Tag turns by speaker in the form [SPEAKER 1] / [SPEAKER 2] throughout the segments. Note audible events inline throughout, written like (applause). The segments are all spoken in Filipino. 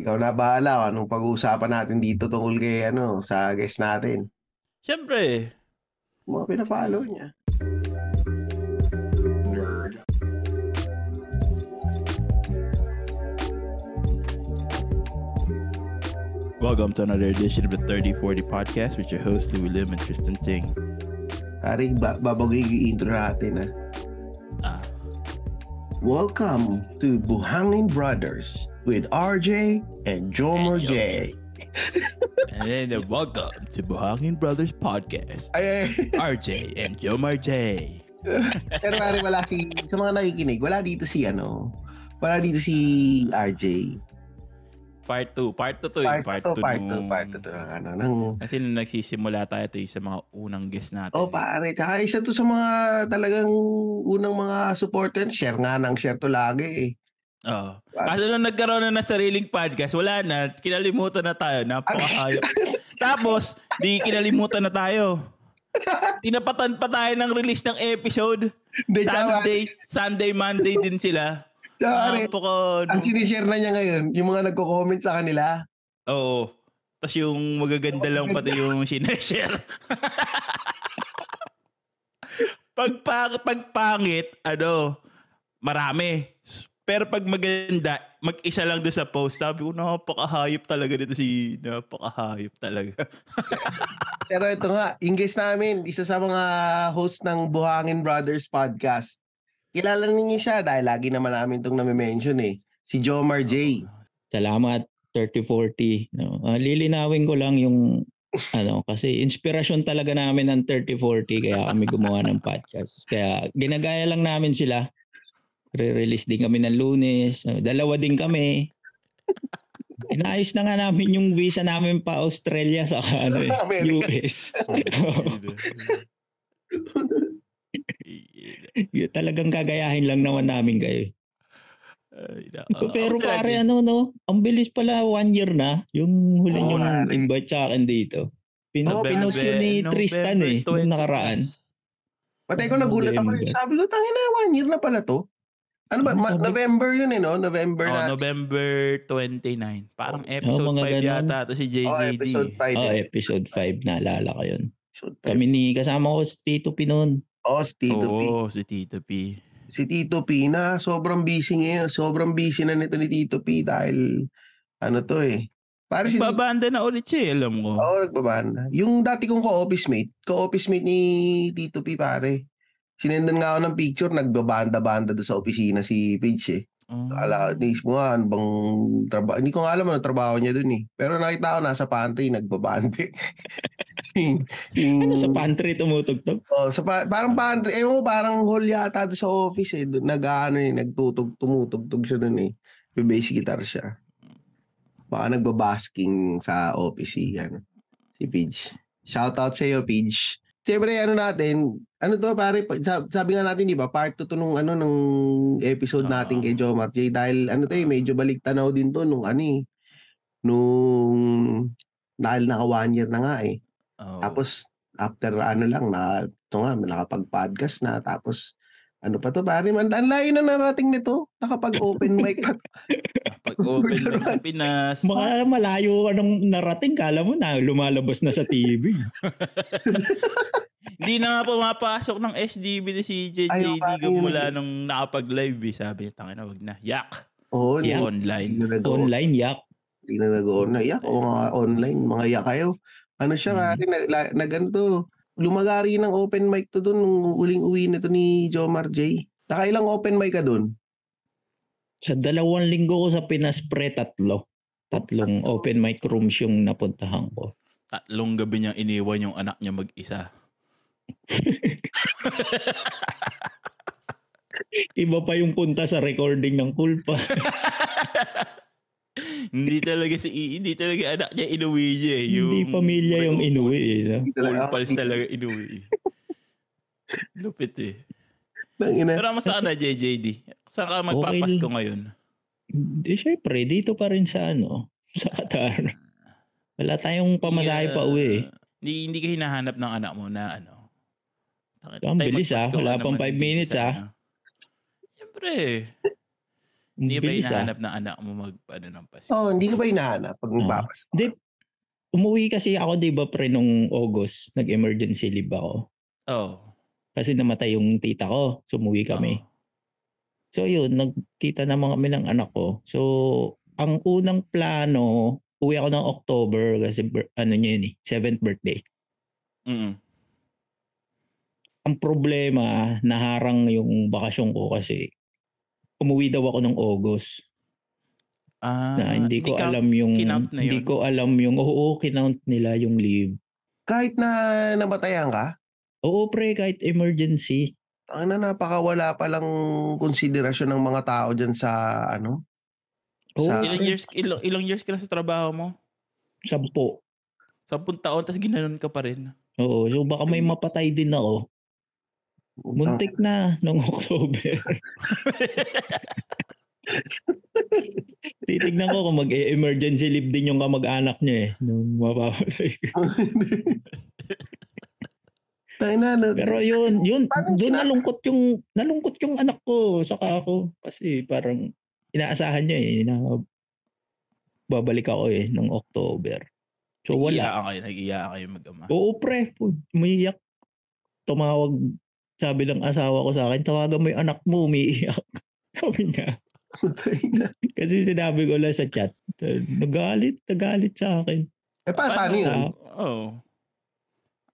[SPEAKER 1] Ikaw na bahala kung anong pag-uusapan natin dito tungkol kay ano, sa guest natin.
[SPEAKER 2] Siyempre,
[SPEAKER 1] Mga pina-follow niya. Nerd.
[SPEAKER 2] welcome to another edition of the 3040 Podcast with your host, Louis Lim and Tristan Ting.
[SPEAKER 1] Pare, ba- babagoy yung intro natin ah.
[SPEAKER 2] Ah.
[SPEAKER 1] Welcome to Buhangin Brothers with RJ and Jomer
[SPEAKER 2] And Jomer.
[SPEAKER 1] J.
[SPEAKER 2] And then welcome to Buhangin Brothers Podcast. (laughs)
[SPEAKER 1] Ay, ay.
[SPEAKER 2] RJ and Jomar J.
[SPEAKER 1] Pero pare, wala si, sa mga nakikinig, wala dito si ano, wala dito si RJ.
[SPEAKER 2] Part 2. Part 2 to
[SPEAKER 1] Part 2,
[SPEAKER 2] yun.
[SPEAKER 1] part 2,
[SPEAKER 2] nung-
[SPEAKER 1] part 2 to. ng Ano, ng
[SPEAKER 2] Kasi nung nagsisimula tayo, ito yung sa mga unang guest natin.
[SPEAKER 1] Oh, pare. Tsaka isa to sa mga talagang unang mga supporter. Share nga ng share to lagi eh.
[SPEAKER 2] Oo. Oh. Kaso nung nagkaroon na ng sariling podcast, wala na. Kinalimutan na tayo. Napakahayop.
[SPEAKER 1] (laughs)
[SPEAKER 2] Tapos, di kinalimutan na tayo. Tinapatan pa tayo ng release ng episode.
[SPEAKER 1] Hindi, Ah,
[SPEAKER 3] ano?
[SPEAKER 1] tsaka,
[SPEAKER 2] Sunday, Sunday, Monday din
[SPEAKER 3] (laughs)
[SPEAKER 2] sila.
[SPEAKER 1] tsaka, pare,
[SPEAKER 2] Ang ko.
[SPEAKER 1] ang sinishare na niya ngayon, yung mga nagko-comment sa kanila.
[SPEAKER 2] Oo. Tapos yung magaganda lang pati yung sineshare. (laughs) pag, pa- pag pangit, ano, marami. Pero pag maganda, mag-isa lang doon sa post. Sabi ko, napakahayop talaga dito si... Napakahayop
[SPEAKER 3] (laughs)
[SPEAKER 2] talaga.
[SPEAKER 1] Pero ito nga, yung guest namin, isa sa mga host ng Buhangin Brothers Podcast. Kilala ninyo siya dahil lagi naman namin itong nami-mention eh. Si Jomar J.
[SPEAKER 3] Salamat 3040. No. Ah, lilinawin ko lang yung ano kasi inspirasyon talaga namin ng 3040 kaya kami gumawa ng podcast. Kaya ginagaya lang namin sila. Re-release din kami ng Lunes. Ah, Dalawa din kami. Inaayos na nga namin yung visa namin pa Australia sa
[SPEAKER 1] (laughs)
[SPEAKER 3] ano eh,
[SPEAKER 1] America.
[SPEAKER 3] US. (laughs)
[SPEAKER 2] Ay,
[SPEAKER 3] Yun, Talagang gagayahin lang naman namin kayo.
[SPEAKER 2] nako.
[SPEAKER 3] Pero
[SPEAKER 2] Ako sila
[SPEAKER 3] pare
[SPEAKER 2] din.
[SPEAKER 3] ano no, ang bilis pala one year na yung huli
[SPEAKER 1] Oo,
[SPEAKER 3] yung
[SPEAKER 1] pare.
[SPEAKER 3] invite sa akin dito. Pin
[SPEAKER 1] Oo,
[SPEAKER 3] pinos ano, yun ni
[SPEAKER 2] November
[SPEAKER 3] Tristan eh, nung
[SPEAKER 2] 20.
[SPEAKER 3] nakaraan.
[SPEAKER 1] Patay ko nagulat ako. eh. Sabi ko, tangin na, one year na pala to. Ano ba? Ma- November yun eh, no? November
[SPEAKER 2] Oh,
[SPEAKER 1] na.
[SPEAKER 2] November 29. Parang episode
[SPEAKER 3] Oh, mga
[SPEAKER 2] 5
[SPEAKER 3] ganun.
[SPEAKER 2] yata ito si JJD.
[SPEAKER 1] Oh, episode 5.
[SPEAKER 3] Oh,
[SPEAKER 1] eh.
[SPEAKER 3] episode 5 naalala ko yun.
[SPEAKER 1] Episode five.
[SPEAKER 3] Kami ni kasama ko si Tito Pinon.
[SPEAKER 1] Oh, si Tito P.
[SPEAKER 2] Oo, si Tito P.
[SPEAKER 1] Si Tito P na sobrang busy ngayon. Sobrang busy na nito ni Tito P dahil ano to eh. Para si Oh, Tito
[SPEAKER 2] Babanda na ulit siya, eh, alam ko.
[SPEAKER 1] Oo, nagbaban. Yung dati kong co-office mate, co-office mate ni Tito P pare. Sinendan nga ako ng picture, nagbabanda-banda doon sa opisina si Pidge eh.
[SPEAKER 2] Oh.
[SPEAKER 1] Ala, inisip ko nga, ano bang trabaho? Hindi ko nga alam ano trabaho niya doon eh. Pero nakita ko nasa pantry, nagbabande. (laughs) yung, yung-
[SPEAKER 3] Ano sa pantry tumutugtog?
[SPEAKER 1] Oh, sa pa- parang pantry, eh mo parang hall yata doon sa office eh. Doon nag-ano eh, nagtutog, tumutugtog siya doon eh. May bass guitar siya. Baka nagbabasking sa office si ano, si Pidge. Shout out sa iyo, Pidge. Siyempre, ano natin, ano to pare, pag- sab- sabi nga natin, di ba, part 2 to nung ano, nung episode
[SPEAKER 2] Ah.
[SPEAKER 1] natin kay Jomar J. Dahil ano to eh, medyo baliktanaw din to nung ano eh, nung, dahil naka one year na nga eh.
[SPEAKER 2] Oo. (laughs)
[SPEAKER 1] Tapos after ano lang na ito nga nakapag-podcast na tapos ano pa to pare man ang layo na narating nito nakapag open mic
[SPEAKER 2] (laughs)
[SPEAKER 1] pa
[SPEAKER 2] pag open na sa Pinas.
[SPEAKER 3] Mga malayo ka nung narating, kala mo na lumalabas na sa TV.
[SPEAKER 2] Hindi na nga pumapasok ng SDB na si
[SPEAKER 1] Ayaw,
[SPEAKER 2] JJD
[SPEAKER 1] pare, yun
[SPEAKER 2] mula
[SPEAKER 1] eh.
[SPEAKER 2] nung nakapag-live. eh. Sabi niya, tangin na, wag na. Yak!
[SPEAKER 1] oo yeah.
[SPEAKER 3] Yeah.
[SPEAKER 2] Online.
[SPEAKER 1] na nag
[SPEAKER 3] Online yak.
[SPEAKER 1] hindi na nag online yak o
[SPEAKER 2] (laughs)
[SPEAKER 1] mga online mga yak kayo ano siya
[SPEAKER 2] Mm.
[SPEAKER 3] Mhm.
[SPEAKER 1] pare nag, la- nag ano to lumagari ng open mic to doon nung uling uwi na to ni Jomar J nakailang open mic ka doon
[SPEAKER 3] Sa dalawang linggo ko sa Pinas pre, tatlo. Tatlong
[SPEAKER 1] Tatlo.
[SPEAKER 3] open mic rooms yung napuntahan ko.
[SPEAKER 2] Tatlong gabi niyang iniwan yung anak niya mag-isa.
[SPEAKER 3] Iba pa yung punta sa recording ng Kulpa.
[SPEAKER 2] hindi talaga si hindi talaga anak niya inuwi niya. eh. Yung,
[SPEAKER 3] Hindi pamilya yung inuwi. Eh, no?
[SPEAKER 2] Full pals talaga inuwi. (laughs) eh. Lupit eh.
[SPEAKER 1] Tangina.
[SPEAKER 2] Pero kamusta ka na, JJD? Saan ka magpapasko ngayon?
[SPEAKER 3] Hindi, syempre, dito pa rin sa ano, (laughs) sa Qatar. Wala tayong pamasahe Oh, pa uwi. eh.
[SPEAKER 2] Ah, Hindi, hindi ka hinahanap ng anak mo na ano.
[SPEAKER 3] Ang bilis, ah. Wala pang five minutes, ah.
[SPEAKER 2] Siyempre. Hindi ba
[SPEAKER 3] Bilis, ah.
[SPEAKER 2] hinahanap ng anak mo mag ano ng pass?
[SPEAKER 1] Oh, hindi ko ba hinahanap
[SPEAKER 2] Ah.
[SPEAKER 1] pag nagpapas?
[SPEAKER 3] Hindi. Umuwi kasi ako, di ba, pre, nung August, nag-emergency leave ako.
[SPEAKER 2] Oh.
[SPEAKER 3] Kasi namatay yung tita ko. So, umuwi kami.
[SPEAKER 2] Ah.
[SPEAKER 3] So, yun, nagkita naman kami ng anak ko. So, ang unang plano, uwi ako ng October kasi bir- ano niya yun eh, 7th birthday.
[SPEAKER 2] Oh. Mm.
[SPEAKER 3] Ang problema, naharang yung bakasyon ko kasi umuwi daw ako ng August.
[SPEAKER 2] Ah,
[SPEAKER 3] na hindi ko
[SPEAKER 2] ka-
[SPEAKER 3] alam yung
[SPEAKER 2] kinount na
[SPEAKER 3] hindi
[SPEAKER 2] yun?
[SPEAKER 3] ko alam yung oo kinount nila yung leave.
[SPEAKER 1] Kahit na namatayan ka,
[SPEAKER 3] Oo pre kahit emergency.
[SPEAKER 1] ang na napakawala pa lang konsiderasyon ng mga tao diyan sa ano.
[SPEAKER 3] Oo,
[SPEAKER 1] Sa-
[SPEAKER 2] Ilang years ilang, ilang years ka na sa trabaho mo?
[SPEAKER 3] Sampo.
[SPEAKER 2] Sampung taon tapos ginanon ka pa rin.
[SPEAKER 3] Oo, so baka may mapatay din ako. Muntik na nung (laughs)
[SPEAKER 2] (laughs)
[SPEAKER 3] October. Titignan ko kung mag-emergency leave din yung kamag-anak nyo eh. Nung mapapatay. ko.
[SPEAKER 1] Tangin na, ano, (laughs)
[SPEAKER 3] Pero yun, yun,
[SPEAKER 1] Parang
[SPEAKER 3] doon
[SPEAKER 1] sina-
[SPEAKER 3] nalungkot yung, nalungkot yung anak ko, saka ako. Kasi parang inaasahan niya eh, na babalik ako eh, nung October. So wala.
[SPEAKER 2] Nag-iyaan kayo, nag-iyaan kayo mag-ama.
[SPEAKER 3] Oo pre, pu- umiiyak. Tumawag, sabi ng asawa ko sa akin, tawagan mo yung anak mo, umiiyak. (laughs) Sabi niya.
[SPEAKER 1] Tangin na.
[SPEAKER 3] Kasi sinabi ko lang sa chat, nagalit, nagalit sa akin.
[SPEAKER 1] Eh, pa- paano, yun?
[SPEAKER 3] Ah,
[SPEAKER 2] Oh.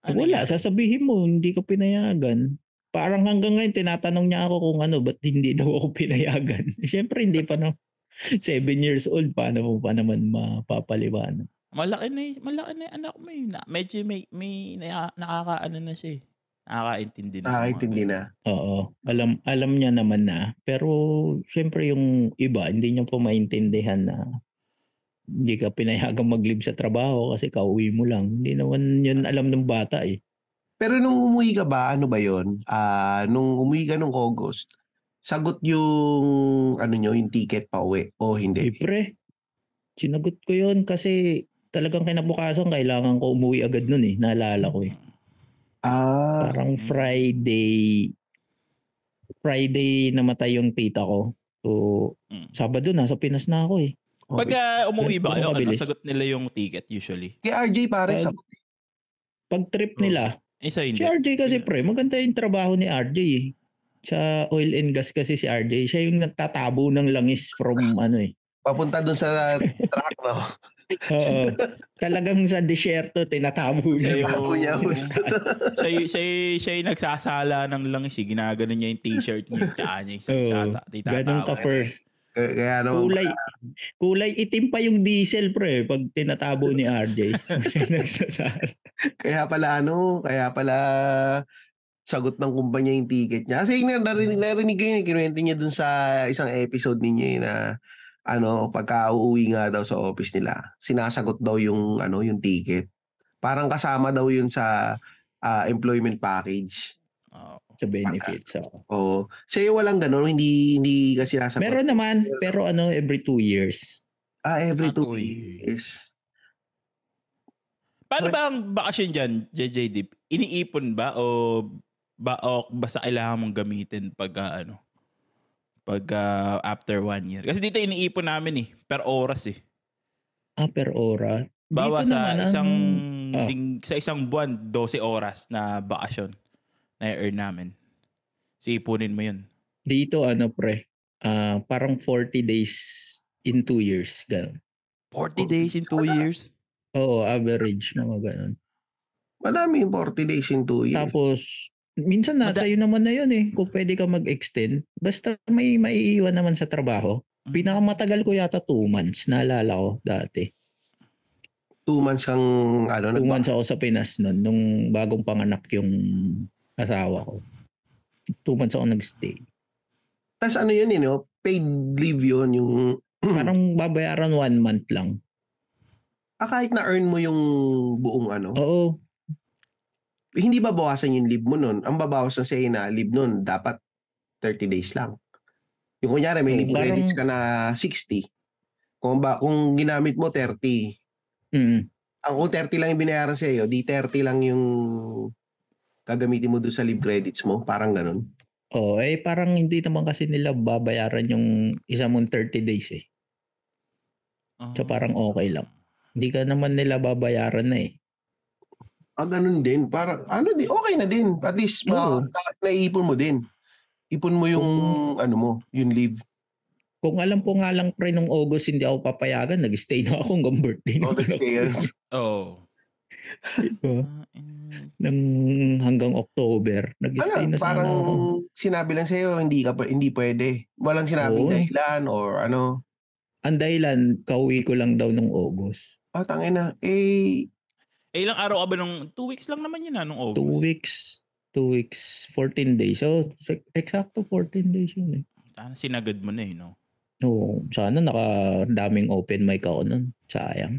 [SPEAKER 2] Ano
[SPEAKER 3] Wala, sasabihin mo, hindi ko pinayagan. Parang hanggang ngayon, tinatanong niya ako kung ano, ba't hindi daw ako (laughs) pinayagan. Siyempre, hindi pa na. (laughs) Seven years old, paano mo pa naman mapapaliwanag?
[SPEAKER 2] Malaki na, y- malaki na yung anak mo eh. Na, medyo may, may na, nakakaano na siya eh. Nakakaintindi na. sa mga
[SPEAKER 1] Nakakaintindi na.
[SPEAKER 3] Oo, alam, alam niya naman na. Pero, siyempre, yung iba, hindi niya po maintindihan na hindi ka pinayagan mag-leave sa trabaho kasi kauwi mo lang. Hindi naman yun alam ng bata eh.
[SPEAKER 1] Pero nung umuwi ka ba, ano ba yon? Ah, nung umuwi ka nung August, sagot yung ano nyo, yung ticket pa uwi o
[SPEAKER 3] Eh,
[SPEAKER 1] hindi.
[SPEAKER 3] pre, sinagot ko yun kasi talagang kinabukasan kailangan ko umuwi agad nun eh. Naalala ko eh.
[SPEAKER 1] Ah,
[SPEAKER 3] Parang Friday, Friday namatay yung tita ko. So,
[SPEAKER 2] Mm.
[SPEAKER 3] Sabado nasa Pinas na ako eh.
[SPEAKER 1] okay.
[SPEAKER 2] Pag ah, umuwi ba kayo, ano,
[SPEAKER 3] Mabilis.
[SPEAKER 2] sagot nila yung ticket usually?
[SPEAKER 1] kay RJ pare,
[SPEAKER 3] Pag-
[SPEAKER 1] sagot.
[SPEAKER 3] Pag trip nila,
[SPEAKER 2] Isa
[SPEAKER 3] si
[SPEAKER 2] Eh, hindi.
[SPEAKER 3] RJ kasi pre, maganda yung trabaho ni RJ eh. Sa oil and gas kasi si RJ, siya yung nagtatabo ng langis (laughs) from ano eh.
[SPEAKER 1] papunta dun sa truck, no? (laughs)
[SPEAKER 3] Oo. talagang sa desierto, tinatabo niya yung
[SPEAKER 1] Tinatabo niya yung-
[SPEAKER 2] siya, y- siya, y- siya yung nagsasala ng langis eh. Ginagano niya yung t-shirt niya, yung paa niya.
[SPEAKER 3] Oo.
[SPEAKER 2] Oh,
[SPEAKER 3] Ganun ka first.
[SPEAKER 1] Kaya, kaya naman,
[SPEAKER 3] Kulay, kulay itim pa yung diesel pre pag tinatabo ni (laughs) RJ. Siya nagsasara.
[SPEAKER 1] kaya pala ano, kaya pala sagot ng kumpanya yung ticket niya. Kasi yun,
[SPEAKER 3] Mm.
[SPEAKER 1] narinig, narinig ko yun, eh, kinuwento niya dun sa isang episode ninyo eh, na ano, pagka uuwi nga daw sa office nila, sinasagot daw yung ano, yung ticket. Parang kasama daw yun sa ah, employment package.
[SPEAKER 2] Oh.
[SPEAKER 3] Sa benefits. So.
[SPEAKER 1] O, sa'yo walang ganun, hindi hindi kasi nasagot.
[SPEAKER 3] Meron naman, pero ano, every two years.
[SPEAKER 1] ah, every
[SPEAKER 2] Ah,
[SPEAKER 1] two
[SPEAKER 2] two
[SPEAKER 1] years.
[SPEAKER 2] Paano ba ang bakasyon dyan, JJD? Iniipon ba o ba o basta kailangan mong gamitin pag ah, ano? Pag ah, after one year. Kasi dito iniipon namin eh. Per oras eh.
[SPEAKER 3] Ah, per ora.
[SPEAKER 2] Bawa
[SPEAKER 3] Dito
[SPEAKER 2] sa
[SPEAKER 3] naman, ang-
[SPEAKER 2] isang
[SPEAKER 3] Ah.
[SPEAKER 2] ting- sa isang buwan 12 oras na bakasyon na earn namin. Sipunin mo 'yun.
[SPEAKER 3] Dito ano pre, ah, parang 40 days in two years. Ganun. Oh,
[SPEAKER 2] 40 days in 2 years.
[SPEAKER 3] Oo, average mga ganun.
[SPEAKER 1] Madami yung 40 days in two years.
[SPEAKER 3] Tapos, minsan na,
[SPEAKER 2] Mada-
[SPEAKER 3] sa'yo naman na yun eh. Kung pwede ka mag-extend, basta may maiiwan naman sa trabaho.
[SPEAKER 2] Mm.
[SPEAKER 3] Pinakamatagal ko yata two months, naalala ko dati.
[SPEAKER 1] two months kang ano,
[SPEAKER 3] Two
[SPEAKER 1] nagba-
[SPEAKER 3] months ako sa Pinas noon, nung bagong panganak yung asawa ko. Two months ako nag-stay.
[SPEAKER 1] Tapos ano yun, you know, paid leave yun, yung,
[SPEAKER 3] Parang babayaran one month lang.
[SPEAKER 1] ah, kahit na-earn mo yung buong ano,
[SPEAKER 3] Oo, Oh.
[SPEAKER 1] hindi ba bawasan yung leave mo nun? Ang babawasan sa'yo na leave nun, dapat 30 days lang. Yung kunyari, may
[SPEAKER 3] Oo,
[SPEAKER 1] leave
[SPEAKER 3] Eh, parang-
[SPEAKER 1] credits ka na 60. Kung, ba, kung ginamit mo 30,
[SPEAKER 3] mm,
[SPEAKER 1] ang kung 30 lang yung binayaran sa'yo, di 30 lang yung gagamitin mo doon sa leave credits mo, parang ganun.
[SPEAKER 3] Oh, eh parang hindi naman kasi nila babayaran yung isa mong 30 days eh.
[SPEAKER 2] Oh.
[SPEAKER 3] So parang okay lang. Hindi ka naman nila babayaran na eh.
[SPEAKER 1] Ah, ganun din. Para, ano din, okay na din. At least, ma,
[SPEAKER 3] Oo.
[SPEAKER 1] na- naiipon mo din. Ipon mo yung, ano mo, yung
[SPEAKER 3] (laughs)
[SPEAKER 1] leave.
[SPEAKER 3] Kung alam ko nga lang pre nung August hindi ako papayagan, nag-stay na ako hanggang birthday.
[SPEAKER 1] No,
[SPEAKER 3] ng-
[SPEAKER 1] that's fair.
[SPEAKER 2] Oh.
[SPEAKER 3] (laughs) Oo, ng hanggang October,
[SPEAKER 1] ano,
[SPEAKER 3] nag-stay na sana
[SPEAKER 1] parang
[SPEAKER 3] ako.
[SPEAKER 1] sinabi lang sa'yo, hindi ka pa, hindi pwede. Walang sinabing
[SPEAKER 3] Oo eh.
[SPEAKER 1] dahilan or ano.
[SPEAKER 3] Ang dahilan, kauwi ko lang daw nung August.
[SPEAKER 1] Ah, tangin na. Eh, (laughs)
[SPEAKER 2] Eh, ilang araw ka ba nung... Two weeks lang naman yun, ah, nung August.
[SPEAKER 3] Two weeks, two weeks, 14 days. So, sek- eksakto 14 days yun eh.
[SPEAKER 2] Ah, sinagad mo na eh, no?
[SPEAKER 3] Oo, sana nakadaming open mic ako nun.
[SPEAKER 1] (laughs)
[SPEAKER 3] Sayang.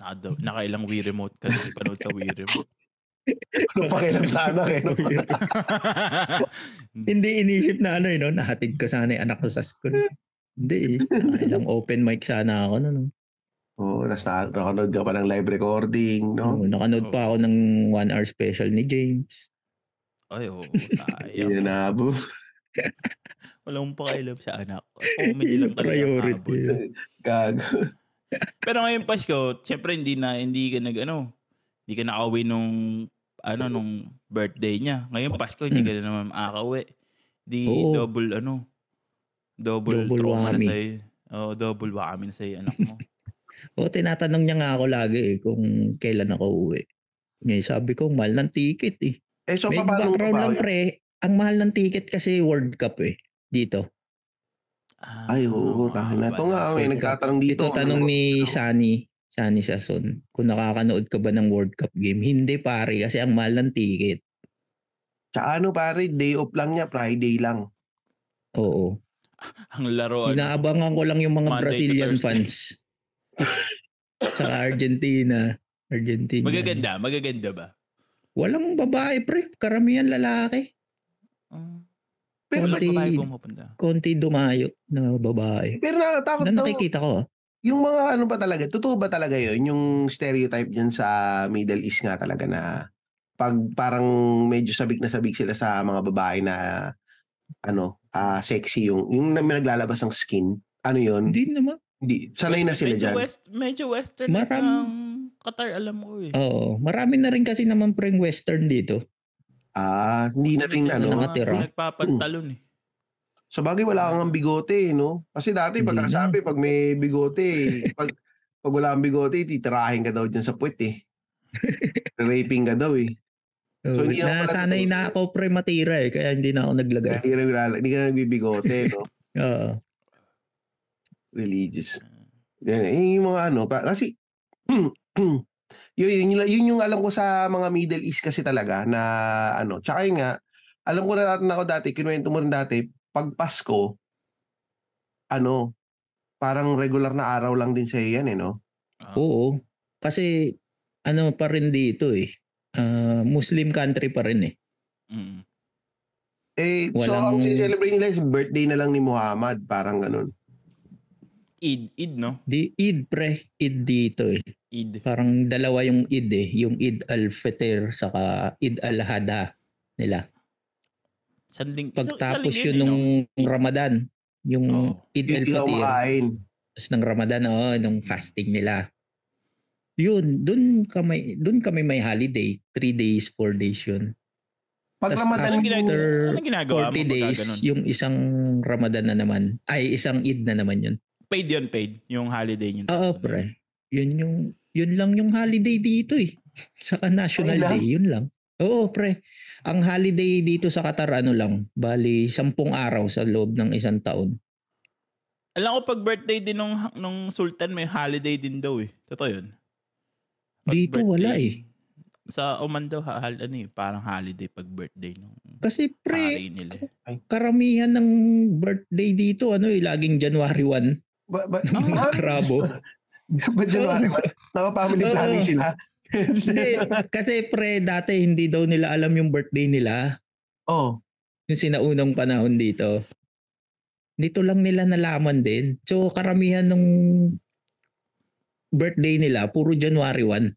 [SPEAKER 2] Naka, nakailang Wii Remote ka doon, ipanood sa Wii
[SPEAKER 1] (laughs)
[SPEAKER 2] Remote.
[SPEAKER 1] ano pa kailan sana kayo?
[SPEAKER 3] (laughs) Hindi inisip na ano eh, no? nahatid ko sana yung anak ko sa school. Hindi eh. Ilang open mic sana ako nun.
[SPEAKER 1] Oo, oh, tapos nakanood ka pa ng live recording,
[SPEAKER 3] No?
[SPEAKER 1] no?
[SPEAKER 3] nakanood pa ako ng one hour special ni James.
[SPEAKER 2] Ay, oo,
[SPEAKER 1] Hindi
[SPEAKER 2] sayang.
[SPEAKER 1] na nabo.
[SPEAKER 2] Wala mong pakailam sa anak. Comedy lang talaga. ang habol.
[SPEAKER 3] Priority.
[SPEAKER 1] (laughs) Gag.
[SPEAKER 2] Pero ngayon, Pasko, syempre hindi na, hindi ka nag, ano, hindi ka nakauwi nung, ano, nung birthday niya. Ngayon, Pasko, hindi ka na naman makakauwi. Di
[SPEAKER 3] Oo.
[SPEAKER 2] double, ano, double,
[SPEAKER 3] Double
[SPEAKER 2] trauma
[SPEAKER 3] whammy.
[SPEAKER 2] na sa'yo. Oo, double whammy na sa'yo, anak mo.
[SPEAKER 3] O tinatanong niya nga ako lagi eh kung kailan ako uuwi. Ngayon sabi ko, mahal ng ticket eh.
[SPEAKER 1] Eh, so, paano
[SPEAKER 3] May
[SPEAKER 1] mo
[SPEAKER 3] background
[SPEAKER 1] ba?
[SPEAKER 3] lang pre, ang mahal ng ticket kasi World Cup eh. Dito.
[SPEAKER 2] Ah,
[SPEAKER 1] Ay,
[SPEAKER 2] diba?
[SPEAKER 1] oo, tahan na. Ito nga, oh, may nagkatanong dito. Ano?
[SPEAKER 3] diba? Ito tanong ni Sunny, Sunny Sason, kung nakakanood ka ba ng World Cup game? Hindi pare kasi ang mahal ng ticket.
[SPEAKER 1] Sa ano pare, day off lang niya, Friday lang.
[SPEAKER 3] Oo.
[SPEAKER 2] Ang laro, ano,
[SPEAKER 3] Inaabangan ko lang yung mga
[SPEAKER 2] Monday to
[SPEAKER 3] Brazilian
[SPEAKER 2] Thursday.
[SPEAKER 3] fans. Tsaka Argentina. Argentina.
[SPEAKER 2] magaganda, magaganda ba?
[SPEAKER 3] Walang babae pre, karamihan lalaki.
[SPEAKER 2] Uh,
[SPEAKER 1] Pero,
[SPEAKER 3] Konti.
[SPEAKER 2] babae pumupunta.
[SPEAKER 3] Konti dumayo na babae.
[SPEAKER 1] pero nakakatakot
[SPEAKER 3] Na
[SPEAKER 1] daw.
[SPEAKER 3] nakikita ko. ah.
[SPEAKER 1] Yung mga ano ba talaga, totoo ba talaga yun? Yung stereotype dyan sa Middle East nga talaga na pag parang medyo sabik na sabik sila sa mga babae na ano, ah, sexy yung yung na- may naglalabas ng skin. Ano yun?
[SPEAKER 3] Hindi naman.
[SPEAKER 1] Hindi, sanay na sila
[SPEAKER 2] medyo
[SPEAKER 1] dyan.
[SPEAKER 2] West, medyo western
[SPEAKER 3] Maram-
[SPEAKER 2] ng Qatar, alam ko eh.
[SPEAKER 3] Oo. Marami na rin kasi naman pring western dito.
[SPEAKER 1] Ah, hindi na rin
[SPEAKER 2] Medyo
[SPEAKER 1] ano.
[SPEAKER 2] mga
[SPEAKER 3] nakatira.
[SPEAKER 2] Nagpapantalon eh.
[SPEAKER 1] Sa bagay, wala kang bigote, eh, no? Kasi dati,
[SPEAKER 2] Mm-hmm.
[SPEAKER 3] Hindi
[SPEAKER 1] pag sabi, pag may bigote, pag, pag wala kang bigote, titirahin ka daw dyan sa puwet,
[SPEAKER 2] (laughs)
[SPEAKER 1] eh. Raping ka daw, eh. So,
[SPEAKER 3] So,
[SPEAKER 1] hindi naman
[SPEAKER 3] na,
[SPEAKER 1] pala
[SPEAKER 3] sanay na ako pre matira eh. Kaya hindi na ako naglagay.
[SPEAKER 1] Kaya hindi ka, nag- hindi ka na nagbibigote, no?
[SPEAKER 3] Oo.
[SPEAKER 1] Religious. Yan, eh, yung mga ano, pa, kasi, (clears throat) yun, yun, yun, yun yung alam ko sa mga Middle East kasi talaga na ano, tsaka yun nga, alam ko na natin ako dati, kinuwento mo rin dati, pag Pasko, ano, parang regular na araw lang din sa'yo yan, eh, no?
[SPEAKER 2] Ah.
[SPEAKER 3] Oo. Kasi ano pa rin dito eh. Ah, Muslim country pa rin eh.
[SPEAKER 2] Mm.
[SPEAKER 1] Eh, so ang
[SPEAKER 3] Walang-
[SPEAKER 1] sincelebrate nila is birthday na lang ni Muhammad, parang ganun.
[SPEAKER 2] Id, Id no?
[SPEAKER 3] Di Eid pre, Eid dito eh.
[SPEAKER 2] Id.
[SPEAKER 3] Parang dalawa yung Eid eh. Yung Eid al-Fitr saka Eid al-Adha nila.
[SPEAKER 2] Sandling,
[SPEAKER 3] Pagtapos yun
[SPEAKER 2] eh,
[SPEAKER 3] nung Ramadan, yung
[SPEAKER 2] Oo.
[SPEAKER 3] Eid
[SPEAKER 1] Hindi ka
[SPEAKER 3] al-Fitr.
[SPEAKER 1] kumakain.
[SPEAKER 3] tapos ng Ramadan oh, nung fasting nila. Yun, dun kami dun kami may holiday, 3 days, 4 days yun.
[SPEAKER 1] Pag
[SPEAKER 3] Tas
[SPEAKER 1] Ramadan,
[SPEAKER 2] Anong
[SPEAKER 3] after-
[SPEAKER 2] ginagawa,
[SPEAKER 3] After
[SPEAKER 2] anong ginagawa mo
[SPEAKER 3] 40
[SPEAKER 2] pagka
[SPEAKER 3] days
[SPEAKER 2] ganun?
[SPEAKER 3] yung isang Ramadan na naman, ay isang Eid na naman yun.
[SPEAKER 2] Paid yun, paid. Yung holiday yun.
[SPEAKER 3] Oo, pre. Yun yung yun lang yung holiday dito eh. (laughs) Saka
[SPEAKER 1] Ay,
[SPEAKER 3] National
[SPEAKER 1] lang?
[SPEAKER 3] Day, yun lang. Oo, pre. Ang holiday dito sa Qatar ano lang, bali 10 araw sa loob ng isang taon.
[SPEAKER 2] Alam ko pag birthday din nung, nung Sultan, may holiday din daw eh. Totoo yun. Pag
[SPEAKER 3] Dito wala eh.
[SPEAKER 2] Sa Oman daw, ha, hal- ano eh, parang holiday pag birthday nung
[SPEAKER 3] Kasi pre,
[SPEAKER 2] pari nila. eh.
[SPEAKER 3] (laughs) karamihan ng birthday dito, ano eh, laging January 1
[SPEAKER 1] ba,
[SPEAKER 3] (laughs)
[SPEAKER 1] ba,
[SPEAKER 3] ng mga Arabo.
[SPEAKER 1] (laughs) ba January ba? Naka-family
[SPEAKER 3] Oo.
[SPEAKER 1] planning
[SPEAKER 3] (laughs)
[SPEAKER 1] sila.
[SPEAKER 3] Hindi, kasi pre, dati hindi daw nila alam yung birthday nila,
[SPEAKER 1] (laughs) oh,
[SPEAKER 3] yung sinaunang panahon dito. Dito lang nila nalaman din. So, karamihan ng birthday nila, puro January 1.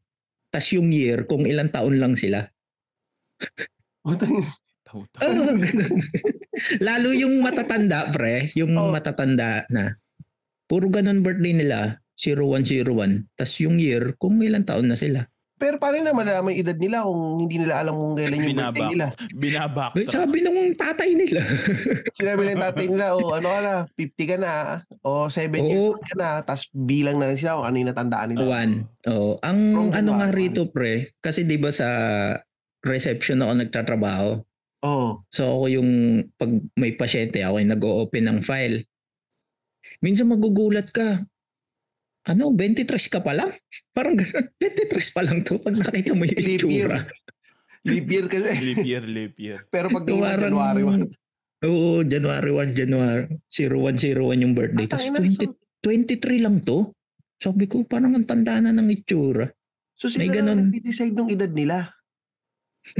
[SPEAKER 3] tas yung year, kung ilang taon lang sila.
[SPEAKER 1] putang
[SPEAKER 2] Taw-taw.
[SPEAKER 3] Ah, ganun. Lalo yung matatanda, (laughs) pre. Yung
[SPEAKER 2] Oh.
[SPEAKER 3] matatanda na. Puro ganun birthday nila. 0101. Tapos yung year, kung ilang taon na sila.
[SPEAKER 1] Pero paano na malalaman yung edad nila kung hindi nila alam kung kailan yung
[SPEAKER 2] Binabak.
[SPEAKER 1] birthday nila?
[SPEAKER 2] Binabak.
[SPEAKER 3] Ay, sabi nung tatay nila.
[SPEAKER 1] Sinabi ng tatay nila, o ano ka na, 50 ka na, o 7
[SPEAKER 3] Oo.
[SPEAKER 1] years old ka na, tapos bilang na lang sila kung ano yung natandaan nila.
[SPEAKER 3] One. Oh, ang
[SPEAKER 1] From
[SPEAKER 3] ano nga
[SPEAKER 1] Juan.
[SPEAKER 3] rito, pre. Kasi 'di ba sa reception ako nagtatrabaho.
[SPEAKER 1] Oo.
[SPEAKER 3] So ako yung pag may pasyente ako yung nag-o-open ng file. Minsan magugulat ka. Ano, 23 ka pa lang? (laughs) Parang ganun, 23 pa lang to. Pag nakita mo yung
[SPEAKER 1] Leap year.
[SPEAKER 3] itsura.
[SPEAKER 1] Leap year kasi. (laughs)
[SPEAKER 2] Leap year, leap year.
[SPEAKER 1] Pero pag
[SPEAKER 3] So,
[SPEAKER 1] tingnan
[SPEAKER 3] parang-
[SPEAKER 1] January 1.
[SPEAKER 3] Oo, January 1, January 0101 yung birthday.
[SPEAKER 1] Ah,
[SPEAKER 3] Tapos 20, 23 lang to. Sabi ko, parang ang tanda na ng itsura. (laughs)
[SPEAKER 1] So sila
[SPEAKER 3] may
[SPEAKER 1] na
[SPEAKER 3] ganun.
[SPEAKER 1] lang nag-decide ng edad nila.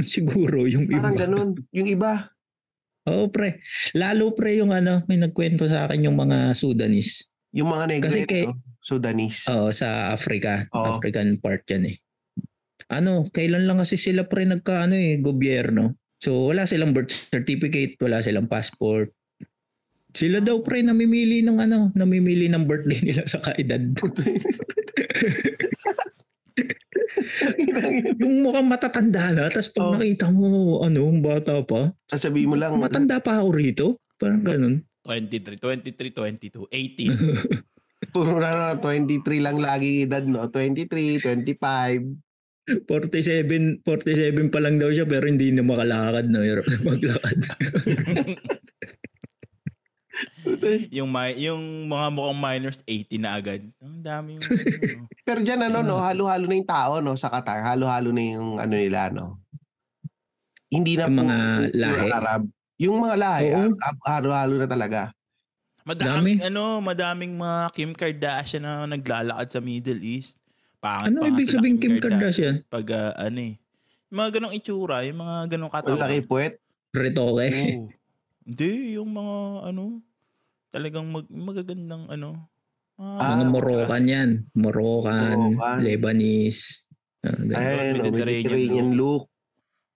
[SPEAKER 3] Siguro yung iba.
[SPEAKER 1] Parang ganun. Yung iba,
[SPEAKER 3] Oo, pre. Lalo pre yung ano, may nagkwento sa akin yung mga Sudanese.
[SPEAKER 1] yung mga negro,
[SPEAKER 3] Kasi kay- Ah.
[SPEAKER 1] no? Sudanese.
[SPEAKER 3] Oo, sa Africa.
[SPEAKER 1] Oo.
[SPEAKER 3] African part yan eh. Ano, kailan lang kasi sila pre nagka ano eh, gobyerno. So wala silang birth certificate, wala silang passport. Sila daw pre namimili ng ano, namimili ng birthday nila sa
[SPEAKER 1] (laughs)
[SPEAKER 3] kaedad. yung mukhang matatanda na, tapos pag
[SPEAKER 1] Oo.
[SPEAKER 3] nakita mo, ano, bata pa,
[SPEAKER 1] (laughs) Sasabihin mo lang,
[SPEAKER 3] matanda pa ako rito. Parang ganun. (laughs)
[SPEAKER 2] 23, 23, 22, 18.
[SPEAKER 1] puro na na, 23 lang lagi edad, no? 23, 25.
[SPEAKER 3] 47, 47 pa lang daw siya pero hindi na makalakad na (laughs) hirap na maglakad.
[SPEAKER 2] yung, mi- yung mga mukhang minors, 18 na agad. Ang dami
[SPEAKER 3] (laughs)
[SPEAKER 2] yung... ano.
[SPEAKER 1] Pero dyan, ano, no? Halo-halo na yung tao, no? Sa Qatar, halo-halo na yung ano nila, no? Hindi na
[SPEAKER 3] Yung
[SPEAKER 1] po
[SPEAKER 3] mga
[SPEAKER 1] puro
[SPEAKER 3] lahi.
[SPEAKER 1] Arab. Yung mga lahi,
[SPEAKER 3] Oo.
[SPEAKER 1] Arab, halo-halo na talaga.
[SPEAKER 2] Madaming ano, madaming mga Kim Kardashian na naglalakad sa Middle East. Pangit
[SPEAKER 3] ano
[SPEAKER 2] pa nga
[SPEAKER 3] ibig
[SPEAKER 2] sila
[SPEAKER 3] sabihin Kim Kardashian?
[SPEAKER 2] Pag ah, ano eh. Yung mga ganong itsura, yung mga ganong
[SPEAKER 1] Ang
[SPEAKER 2] katawan.
[SPEAKER 1] laki puwet.
[SPEAKER 3] Retoke.
[SPEAKER 2] Oo. (laughs) Hindi, yung mga ano, talagang mag, magagandang ano. mga
[SPEAKER 1] Ah,
[SPEAKER 3] mga
[SPEAKER 2] ano,
[SPEAKER 3] Moroccan yan. Moroccan,
[SPEAKER 1] Moroccan.
[SPEAKER 3] Lebanese. Ah,
[SPEAKER 1] Ayan,
[SPEAKER 3] ganun.
[SPEAKER 1] no,
[SPEAKER 2] Mediterranean
[SPEAKER 1] Mediterranean look.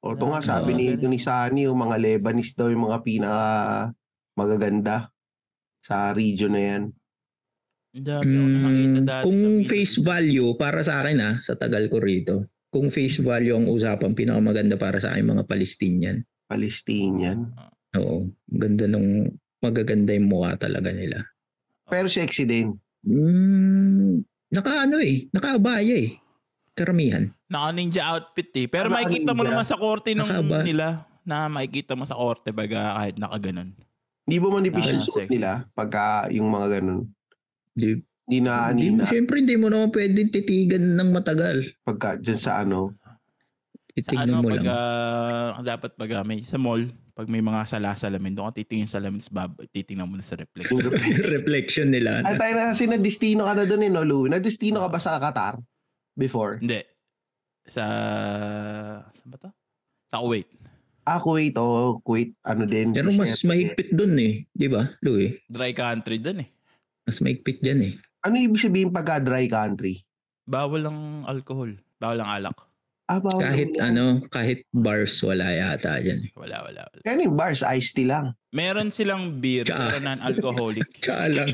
[SPEAKER 1] O ito nga,
[SPEAKER 2] Ah,
[SPEAKER 1] sabi ni,
[SPEAKER 2] ganun.
[SPEAKER 1] ni Sunny, yung mga Lebanese daw, yung mga pinaka magaganda sa region na yan.
[SPEAKER 2] Ang dami akong nakakita
[SPEAKER 3] Mm,
[SPEAKER 2] dati sa
[SPEAKER 3] kung
[SPEAKER 2] Middle
[SPEAKER 3] face
[SPEAKER 2] East.
[SPEAKER 3] value, para sa akin ah, sa tagal ko rito, kung face value ang usapan, pinakamaganda para sa akin mga Palestinian.
[SPEAKER 1] Palestinian.
[SPEAKER 3] Oo, ganda nung magaganda yung mukha talaga nila.
[SPEAKER 1] Pero sexy din.
[SPEAKER 3] Mm, naka ano eh, nakaabaya eh. Karamihan.
[SPEAKER 2] Naka ninja outfit eh. Pero
[SPEAKER 1] Naka
[SPEAKER 2] makikita mo
[SPEAKER 1] ninja.
[SPEAKER 2] naman sa korte ng
[SPEAKER 3] Nakaba.
[SPEAKER 2] nila na makikita mo sa korte baga kahit naka ganun.
[SPEAKER 1] Hindi ba manipis yung
[SPEAKER 2] Ah,
[SPEAKER 1] suot
[SPEAKER 2] sexy.
[SPEAKER 1] nila pagka yung mga ganun?
[SPEAKER 3] Di,
[SPEAKER 1] Hindi
[SPEAKER 2] Ah,
[SPEAKER 1] na,
[SPEAKER 3] di,
[SPEAKER 1] hindi na.
[SPEAKER 3] Siyempre hindi mo naman pwedeng titigan ng matagal.
[SPEAKER 1] Pagka dyan sa ano.
[SPEAKER 2] Sa
[SPEAKER 3] Titignan
[SPEAKER 2] ano,
[SPEAKER 3] mo
[SPEAKER 2] pag
[SPEAKER 3] lang.
[SPEAKER 2] ah, ang dapat pag ah, may, sa mall, pag may mga sala-salamin, doon ka titingin sa salamin, sa bab, titingnan mo na sa reflection.
[SPEAKER 1] yung reflex.
[SPEAKER 3] (laughs) Reflection nila.
[SPEAKER 1] Ay, tayo na kasi na-destino ka na doon eh, no, Lou? Na-destino ka ba sa Qatar? Before?
[SPEAKER 2] Hindi. Sa, saan ba to? Sa Kuwait.
[SPEAKER 1] Ah, Kuwait, oh, Kuwait, ano din.
[SPEAKER 3] Pero mas
[SPEAKER 1] desert.
[SPEAKER 3] mahigpit dun eh. Di ba, Louie?
[SPEAKER 2] Dry country dun eh.
[SPEAKER 3] Mas mahigpit dyan eh.
[SPEAKER 1] Ano ibig sabihin pagka dry country?
[SPEAKER 2] Bawal ang alcohol. Bawal ang alak.
[SPEAKER 1] Ah,
[SPEAKER 2] Oh,
[SPEAKER 1] bawal
[SPEAKER 3] Kahit
[SPEAKER 1] daw.
[SPEAKER 3] ano, kahit bars wala yata dyan. eh.
[SPEAKER 2] Wala, wala, wala.
[SPEAKER 1] Kaya yung bars, iced tea lang.
[SPEAKER 2] Meron silang beer
[SPEAKER 3] Tsaka-
[SPEAKER 2] sa non-alcoholic.
[SPEAKER 3] (laughs) Tsaka lang.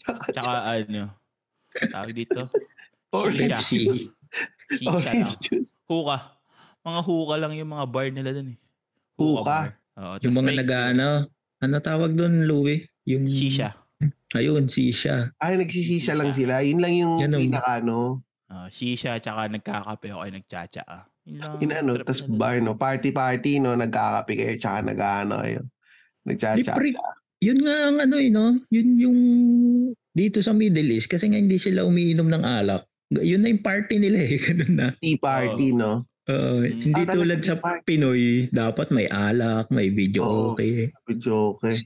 [SPEAKER 2] Tsaka ano, tawag dito,
[SPEAKER 1] (laughs) orange
[SPEAKER 2] Shisha.
[SPEAKER 1] juice.
[SPEAKER 2] shisha lang.
[SPEAKER 1] Orange juice.
[SPEAKER 2] Hookah. Mga hookah lang yung mga bar nila dun eh.
[SPEAKER 1] Hookah?
[SPEAKER 2] bar. Oo,
[SPEAKER 3] Yung
[SPEAKER 2] tas
[SPEAKER 3] mga
[SPEAKER 2] may
[SPEAKER 3] nag-ano, ano tawag dun, Louie? Yung
[SPEAKER 2] Shisha.
[SPEAKER 3] Ayun, shisha.
[SPEAKER 1] Ay, nagsisisa lang sila. Yun lang yung
[SPEAKER 3] Yan ang-
[SPEAKER 1] pinaka, ano,
[SPEAKER 2] Ah, shisha, tsaka nagkakape o kaya nagchacha. Ah. Yun lang ang
[SPEAKER 1] inano,
[SPEAKER 2] trip
[SPEAKER 1] tas
[SPEAKER 2] nila.
[SPEAKER 1] bar, no? Party-party, no? Nagkakape kayo, tsaka nag-ano kayo. Nagchacha.
[SPEAKER 3] Libre. Yun nga ang ano eh, no? Yun yung dito sa Middle East kasi nga hindi sila umiinom ng alak. Yun na yung party nila eh, (laughs) ganun na.
[SPEAKER 1] Tea party, no?
[SPEAKER 3] Oo,
[SPEAKER 2] Mm.
[SPEAKER 3] Hindi
[SPEAKER 1] Ah, talaga
[SPEAKER 3] tulad sa
[SPEAKER 1] yung party.
[SPEAKER 3] Pinoy, dapat may alak, may video
[SPEAKER 1] Oo.
[SPEAKER 3] okay.
[SPEAKER 1] Joke. eh.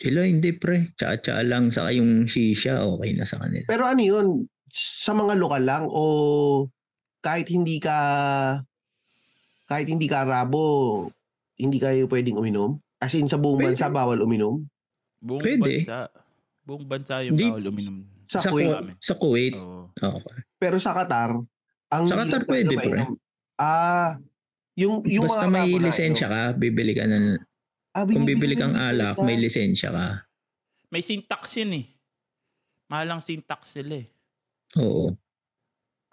[SPEAKER 3] Sila hindi pre, tsa-tsa lang, saka yung shisha, okay na sa kanila.
[SPEAKER 1] Pero ano yun? Sa mga lokal lang o kahit hindi ka kahit hindi ka Arabo, hindi kayo pwedeng uminom? As in, sa buong
[SPEAKER 3] Pwede.
[SPEAKER 1] bansa, bawal uminom?
[SPEAKER 2] Buong
[SPEAKER 3] Pwede.
[SPEAKER 2] bansa. Buong bansa yung
[SPEAKER 3] Hindi.
[SPEAKER 2] bawal uminom.
[SPEAKER 1] Sa,
[SPEAKER 3] Sa,
[SPEAKER 1] Kuwait.
[SPEAKER 2] Kuwait.
[SPEAKER 3] Ku- sa Kuwait.
[SPEAKER 2] Oo.
[SPEAKER 3] Okay.
[SPEAKER 1] Pero sa Qatar, ang
[SPEAKER 3] Sa Qatar
[SPEAKER 1] hindi
[SPEAKER 3] pwede,
[SPEAKER 1] pwede mainom- Ah, yung yung
[SPEAKER 3] Basta
[SPEAKER 1] mga
[SPEAKER 3] may
[SPEAKER 1] Arabo na,
[SPEAKER 3] lisensya ka, bibili ka ng
[SPEAKER 1] Ah,
[SPEAKER 3] Kung
[SPEAKER 1] binibili
[SPEAKER 3] bibili kang
[SPEAKER 1] ng
[SPEAKER 3] alak,
[SPEAKER 1] alak.
[SPEAKER 3] may lisensya ka.
[SPEAKER 2] May syntax yun eh. Malang syntax sila eh.
[SPEAKER 3] Oo.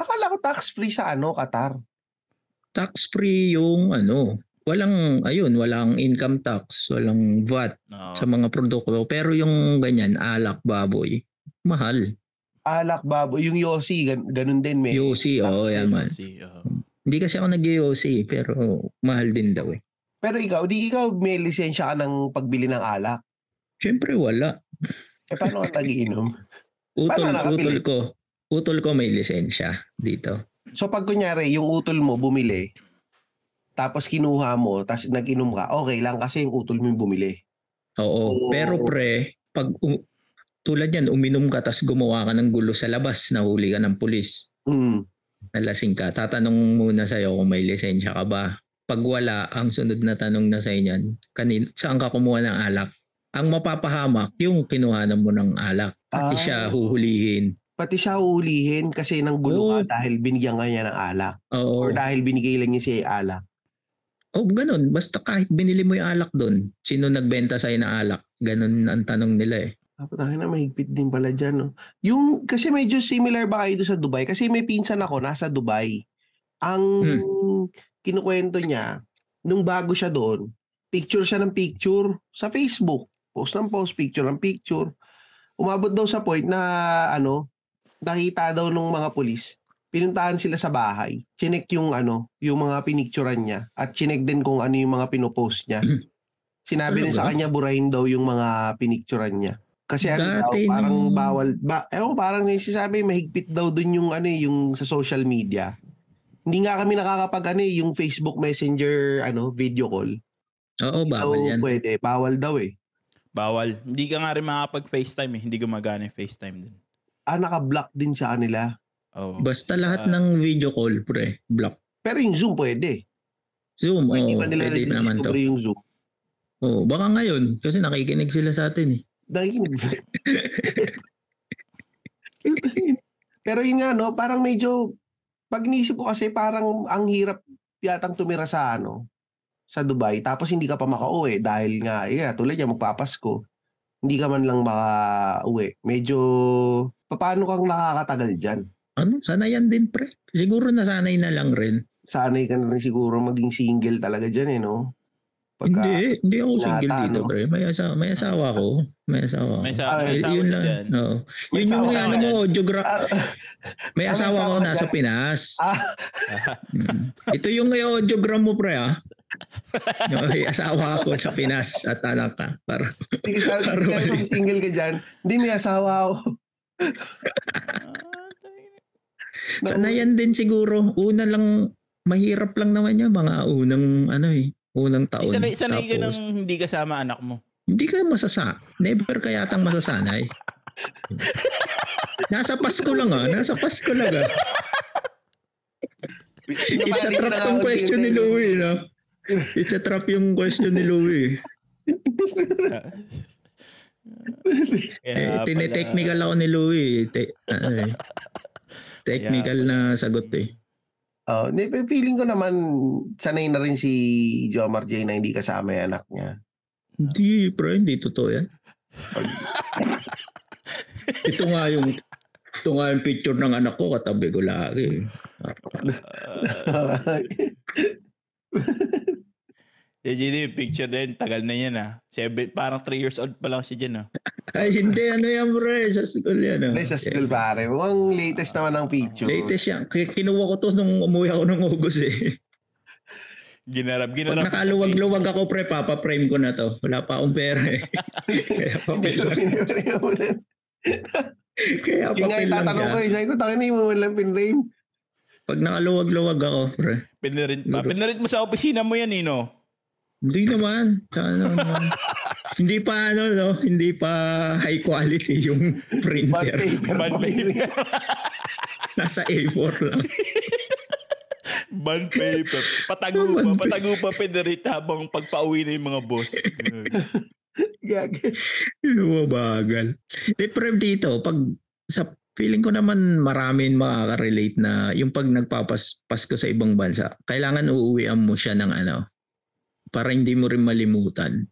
[SPEAKER 1] Akala ko tax-free sa ano, Qatar.
[SPEAKER 3] Tax-free yung ano, walang, ayun, walang income tax, walang VAT
[SPEAKER 2] Oo.
[SPEAKER 1] Ah.
[SPEAKER 3] sa mga produkto. Pero yung ganyan, alak, baboy, mahal.
[SPEAKER 1] Alak, babo. Yung Yossi, gan- ganun din. May,
[SPEAKER 3] Yosi, oo, yan man.
[SPEAKER 2] See, oo.
[SPEAKER 3] Hindi kasi ako nag-Yosi, pero mahal din daw eh.
[SPEAKER 1] Pero ikaw, di ikaw may lisensya ka ng pagbili ng alak.
[SPEAKER 3] Siyempre wala.
[SPEAKER 1] Eh, paano
[SPEAKER 3] (laughs)
[SPEAKER 1] ka nagiinom?
[SPEAKER 3] Utol,
[SPEAKER 1] Paano nakabili?
[SPEAKER 3] utol ko. Utol ko may lisensya dito.
[SPEAKER 1] So, pag kunyari, yung utol mo bumili, tapos kinuha mo, tapos nag-inom ka, okay lang kasi yung utol mo yung bumili. Oo.
[SPEAKER 3] Oo. Pero pre, pag u- tulad yan, uminom ka tas gumawa ka ng gulo sa labas, nahuli ka ng pulis,
[SPEAKER 1] Mm.
[SPEAKER 3] nalasing ka, tatanong muna sa'yo kung may lisensya ka ba. Pag wala, ang sunod na tanong na sa'yo niyan, kanin, saan ka kumuha ng alak? Ang mapapahamak, yung kinuhanan mo ng alak. Pati
[SPEAKER 1] Ah.
[SPEAKER 3] siya huhulihin.
[SPEAKER 1] Pati siya uulihin kasi nang gulo
[SPEAKER 3] Oo.
[SPEAKER 1] ka dahil binigyan ka niya ng alak.
[SPEAKER 3] Oo.
[SPEAKER 1] Or dahil binigay lang niya siya yung alak.
[SPEAKER 3] Oh, ganun. Basta kahit binili mo yung alak doon, sino nagbenta sa'yo ng alak? Ganun ang tanong nila eh.
[SPEAKER 1] Dapat tayo na mahigpit din pala dyan. No? Yung, kasi medyo similar ba kayo doon sa Dubai? Kasi may pinsan ako, nasa Dubai. Ang kinukwento niya, nung bago siya doon, picture siya ng picture sa Facebook. Post ng post, picture ng picture. Umabot daw sa point na ano, nakita daw nung mga polis, pinuntahan sila sa bahay, chinek yung ano, yung mga pinicturan niya at chinek din kung ano yung mga pinopost niya. Sinabi din sa
[SPEAKER 3] Talaga?
[SPEAKER 1] kanya burahin daw yung mga pinicturan niya. Kasi ano daw,
[SPEAKER 3] Dati
[SPEAKER 1] parang
[SPEAKER 3] nung-
[SPEAKER 1] bawal, ba, ewan ko, parang yung sinasabi, mahigpit daw dun yung ano eh, yung sa social media. Hindi nga kami nakakapag ano eh, yung Facebook Messenger ano video call.
[SPEAKER 3] Oo, bawal
[SPEAKER 1] Daw
[SPEAKER 3] yan.
[SPEAKER 1] Pwede, bawal daw eh.
[SPEAKER 2] Bawal. Hindi ka nga rin makapag-FaceTime eh. Hindi gumagana yung FaceTime din.
[SPEAKER 1] Ah, naka-block din sa kanila.
[SPEAKER 2] Oo.
[SPEAKER 3] Basta
[SPEAKER 2] Sa-
[SPEAKER 1] Ah.
[SPEAKER 3] lahat ng video call, pre, block.
[SPEAKER 1] Pero yung Zoom pwede.
[SPEAKER 3] Zoom,
[SPEAKER 1] Hindi
[SPEAKER 3] oo,
[SPEAKER 1] pa nila
[SPEAKER 3] pwede pa naman to.
[SPEAKER 1] nadidiscover yung Zoom.
[SPEAKER 3] Oo, baka ngayon, kasi nakikinig sila sa atin eh. (laughs)
[SPEAKER 1] Nakikinig. Pero yun nga, no, parang medyo, pag iniisip ko kasi parang ang hirap yatang tumira sa ano, sa Dubai, tapos hindi ka pa makauwi dahil nga, yeah, tulad yan, magpapasko. Hindi ka man lang makauwi. Medyo, paano kang nakakatagal dyan?
[SPEAKER 3] Ano, sanayan din, pre. Siguro nasanay na lang rin.
[SPEAKER 1] Sanay ka na rin siguro maging single talaga dyan eh, no?
[SPEAKER 3] hindi, eh, hindi ako
[SPEAKER 1] Lahat,
[SPEAKER 3] single dito,
[SPEAKER 1] ano?
[SPEAKER 3] pre. May asawa, may asawa ko. May asawa ko.
[SPEAKER 2] May sa
[SPEAKER 1] Ah,
[SPEAKER 2] may
[SPEAKER 3] Ay,
[SPEAKER 2] sa
[SPEAKER 3] yun lang. (laughs)
[SPEAKER 2] dyan.
[SPEAKER 3] Oo.
[SPEAKER 1] May
[SPEAKER 3] Yun yung
[SPEAKER 1] asawa
[SPEAKER 3] ano
[SPEAKER 2] ka
[SPEAKER 3] mo, geogra-
[SPEAKER 1] Ah,
[SPEAKER 3] may
[SPEAKER 1] Ah, may
[SPEAKER 3] asawa
[SPEAKER 1] asawa
[SPEAKER 3] ko
[SPEAKER 1] ka
[SPEAKER 3] nasa
[SPEAKER 1] dyan.
[SPEAKER 3] Pinas.
[SPEAKER 1] Ah.
[SPEAKER 3] Mm. Ito yung audiogram mo, pre,
[SPEAKER 2] (laughs)
[SPEAKER 3] ah. Yung may asawa ako sa Pinas at anak ka. Para,
[SPEAKER 1] Hindi ka
[SPEAKER 3] (laughs)
[SPEAKER 1] sabi,
[SPEAKER 3] Parang
[SPEAKER 1] kung single ka dyan, hindi may asawa ako.
[SPEAKER 2] Ah,
[SPEAKER 3] sanayan din siguro. Una lang, mahirap lang naman yun. Mga unang, ano eh, unang taon.
[SPEAKER 2] Sanay, sanay ka
[SPEAKER 3] Tapos,
[SPEAKER 2] nang hindi kasama anak mo.
[SPEAKER 3] Hindi ka masasa. Never ka yatang
[SPEAKER 2] (laughs)
[SPEAKER 3] masasanay. nasa Pasko lang ah. Nasa Pasko lang ah. It's a trap tong
[SPEAKER 2] eh,
[SPEAKER 3] question
[SPEAKER 1] eh,
[SPEAKER 3] ni Louie, no? It's a trap yung question ni Louie. Eh,
[SPEAKER 2] (laughs) Kaya pala-
[SPEAKER 3] tinetechnical ako Eh, ni Louie. Te- ano
[SPEAKER 2] (laughs)
[SPEAKER 3] eh. Technical na sagot eh.
[SPEAKER 1] (laughs) Oh, hindi, pero feeling ko naman sanay na rin si Jomar J na hindi kasama yung anak niya.
[SPEAKER 3] Hindi, bro. Hindi totoo
[SPEAKER 1] (laughs)
[SPEAKER 3] yan. ito nga yung ito nga yung picture ng anak ko katabi ko lagi.
[SPEAKER 2] Ah, Eh, yun yung picture din, tagal na yan ah. Seven, parang 3 years old pa lang siya dyan ah.
[SPEAKER 3] Ay, hindi. Ano yan, bro? Sa school yan. ah.
[SPEAKER 1] Hindi sa school pare. Mukhang latest naman ang picture. (laughs)
[SPEAKER 3] Latest yan. K- Kinuha ko to nung umuwi ako ng August eh.
[SPEAKER 2] Ginarap,
[SPEAKER 3] Pag
[SPEAKER 2] ginarap.
[SPEAKER 3] nakaluwag-luwag ako pre, papaprame ko na to. Wala pa akong pera
[SPEAKER 1] (laughs)
[SPEAKER 3] eh. Kaya
[SPEAKER 1] Hindi
[SPEAKER 3] papel
[SPEAKER 1] ko
[SPEAKER 3] lang.
[SPEAKER 1] pinipinipin.
[SPEAKER 3] Kaya
[SPEAKER 1] Yung nga
[SPEAKER 3] papel lang
[SPEAKER 1] itatanong
[SPEAKER 3] siya.
[SPEAKER 1] ko, eh, sabi ko, tangin na yung mga lang pinrame.
[SPEAKER 3] Pag nakaluwag-luwag ako pre.
[SPEAKER 2] Pinarint pa. Pinarint mo sa opisina mo yan eh, no?
[SPEAKER 3] Hindi naman. Saka naman. hindi pa ano no, hindi pa high quality yung
[SPEAKER 1] Bad
[SPEAKER 3] printer.
[SPEAKER 1] paper.
[SPEAKER 2] Ban
[SPEAKER 1] pa rin.
[SPEAKER 2] paper.
[SPEAKER 3] (laughs)
[SPEAKER 2] (laughs)
[SPEAKER 3] Nasa A4 lang.
[SPEAKER 2] Ban paper. Patago pa.
[SPEAKER 3] Ban
[SPEAKER 2] Patago pa pinarint habang pagpauwi na yung mga boss.
[SPEAKER 1] Gag.
[SPEAKER 3] Mabagal. Di pre dito, pag sa feeling ko naman marami makaka-relate na yung pag nagpapas Pasko sa ibang bansa, kailangan uuwian mo siya ng ano, para hindi mo rin malimutan.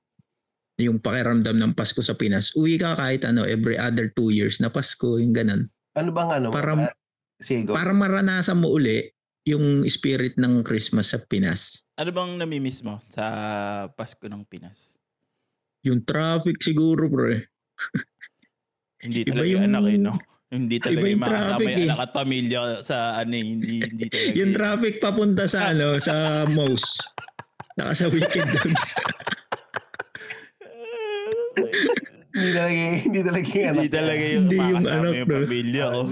[SPEAKER 3] yung pakiramdam ng Pasko sa Pinas. Uwi ka kahit ano, every other two years na Pasko, yung ganun.
[SPEAKER 1] (laughs) Ano bang ano?
[SPEAKER 3] Para-
[SPEAKER 1] Ah, sige, go.
[SPEAKER 3] Para maranasan mo uli yung spirit ng Christmas sa Pinas.
[SPEAKER 2] Ano bang namimiss mo sa Pasko ng Pinas?
[SPEAKER 3] Yung traffic siguro, eh. pre.
[SPEAKER 2] Hindi
[SPEAKER 3] Iba
[SPEAKER 2] talaga
[SPEAKER 3] yung-
[SPEAKER 2] anak eh, no? Hindi talaga
[SPEAKER 3] Iba yung
[SPEAKER 2] yung makasama
[SPEAKER 3] traffic
[SPEAKER 2] yung
[SPEAKER 3] eh.
[SPEAKER 2] anak at pamilya sa ano eh, hindi, hindi talaga.
[SPEAKER 3] Yung
[SPEAKER 2] eh.
[SPEAKER 3] traffic papunta
[SPEAKER 2] (laughs)
[SPEAKER 3] sa ano, sa Mouse. Saka sa Wicked Dogs.
[SPEAKER 2] Ah,
[SPEAKER 1] Hindi talaga, hindi talaga yan.
[SPEAKER 2] hindi talaga yung
[SPEAKER 3] Hindi yung
[SPEAKER 2] makasama
[SPEAKER 3] anak,
[SPEAKER 2] yung
[SPEAKER 3] bro.
[SPEAKER 2] pamilya. Oh.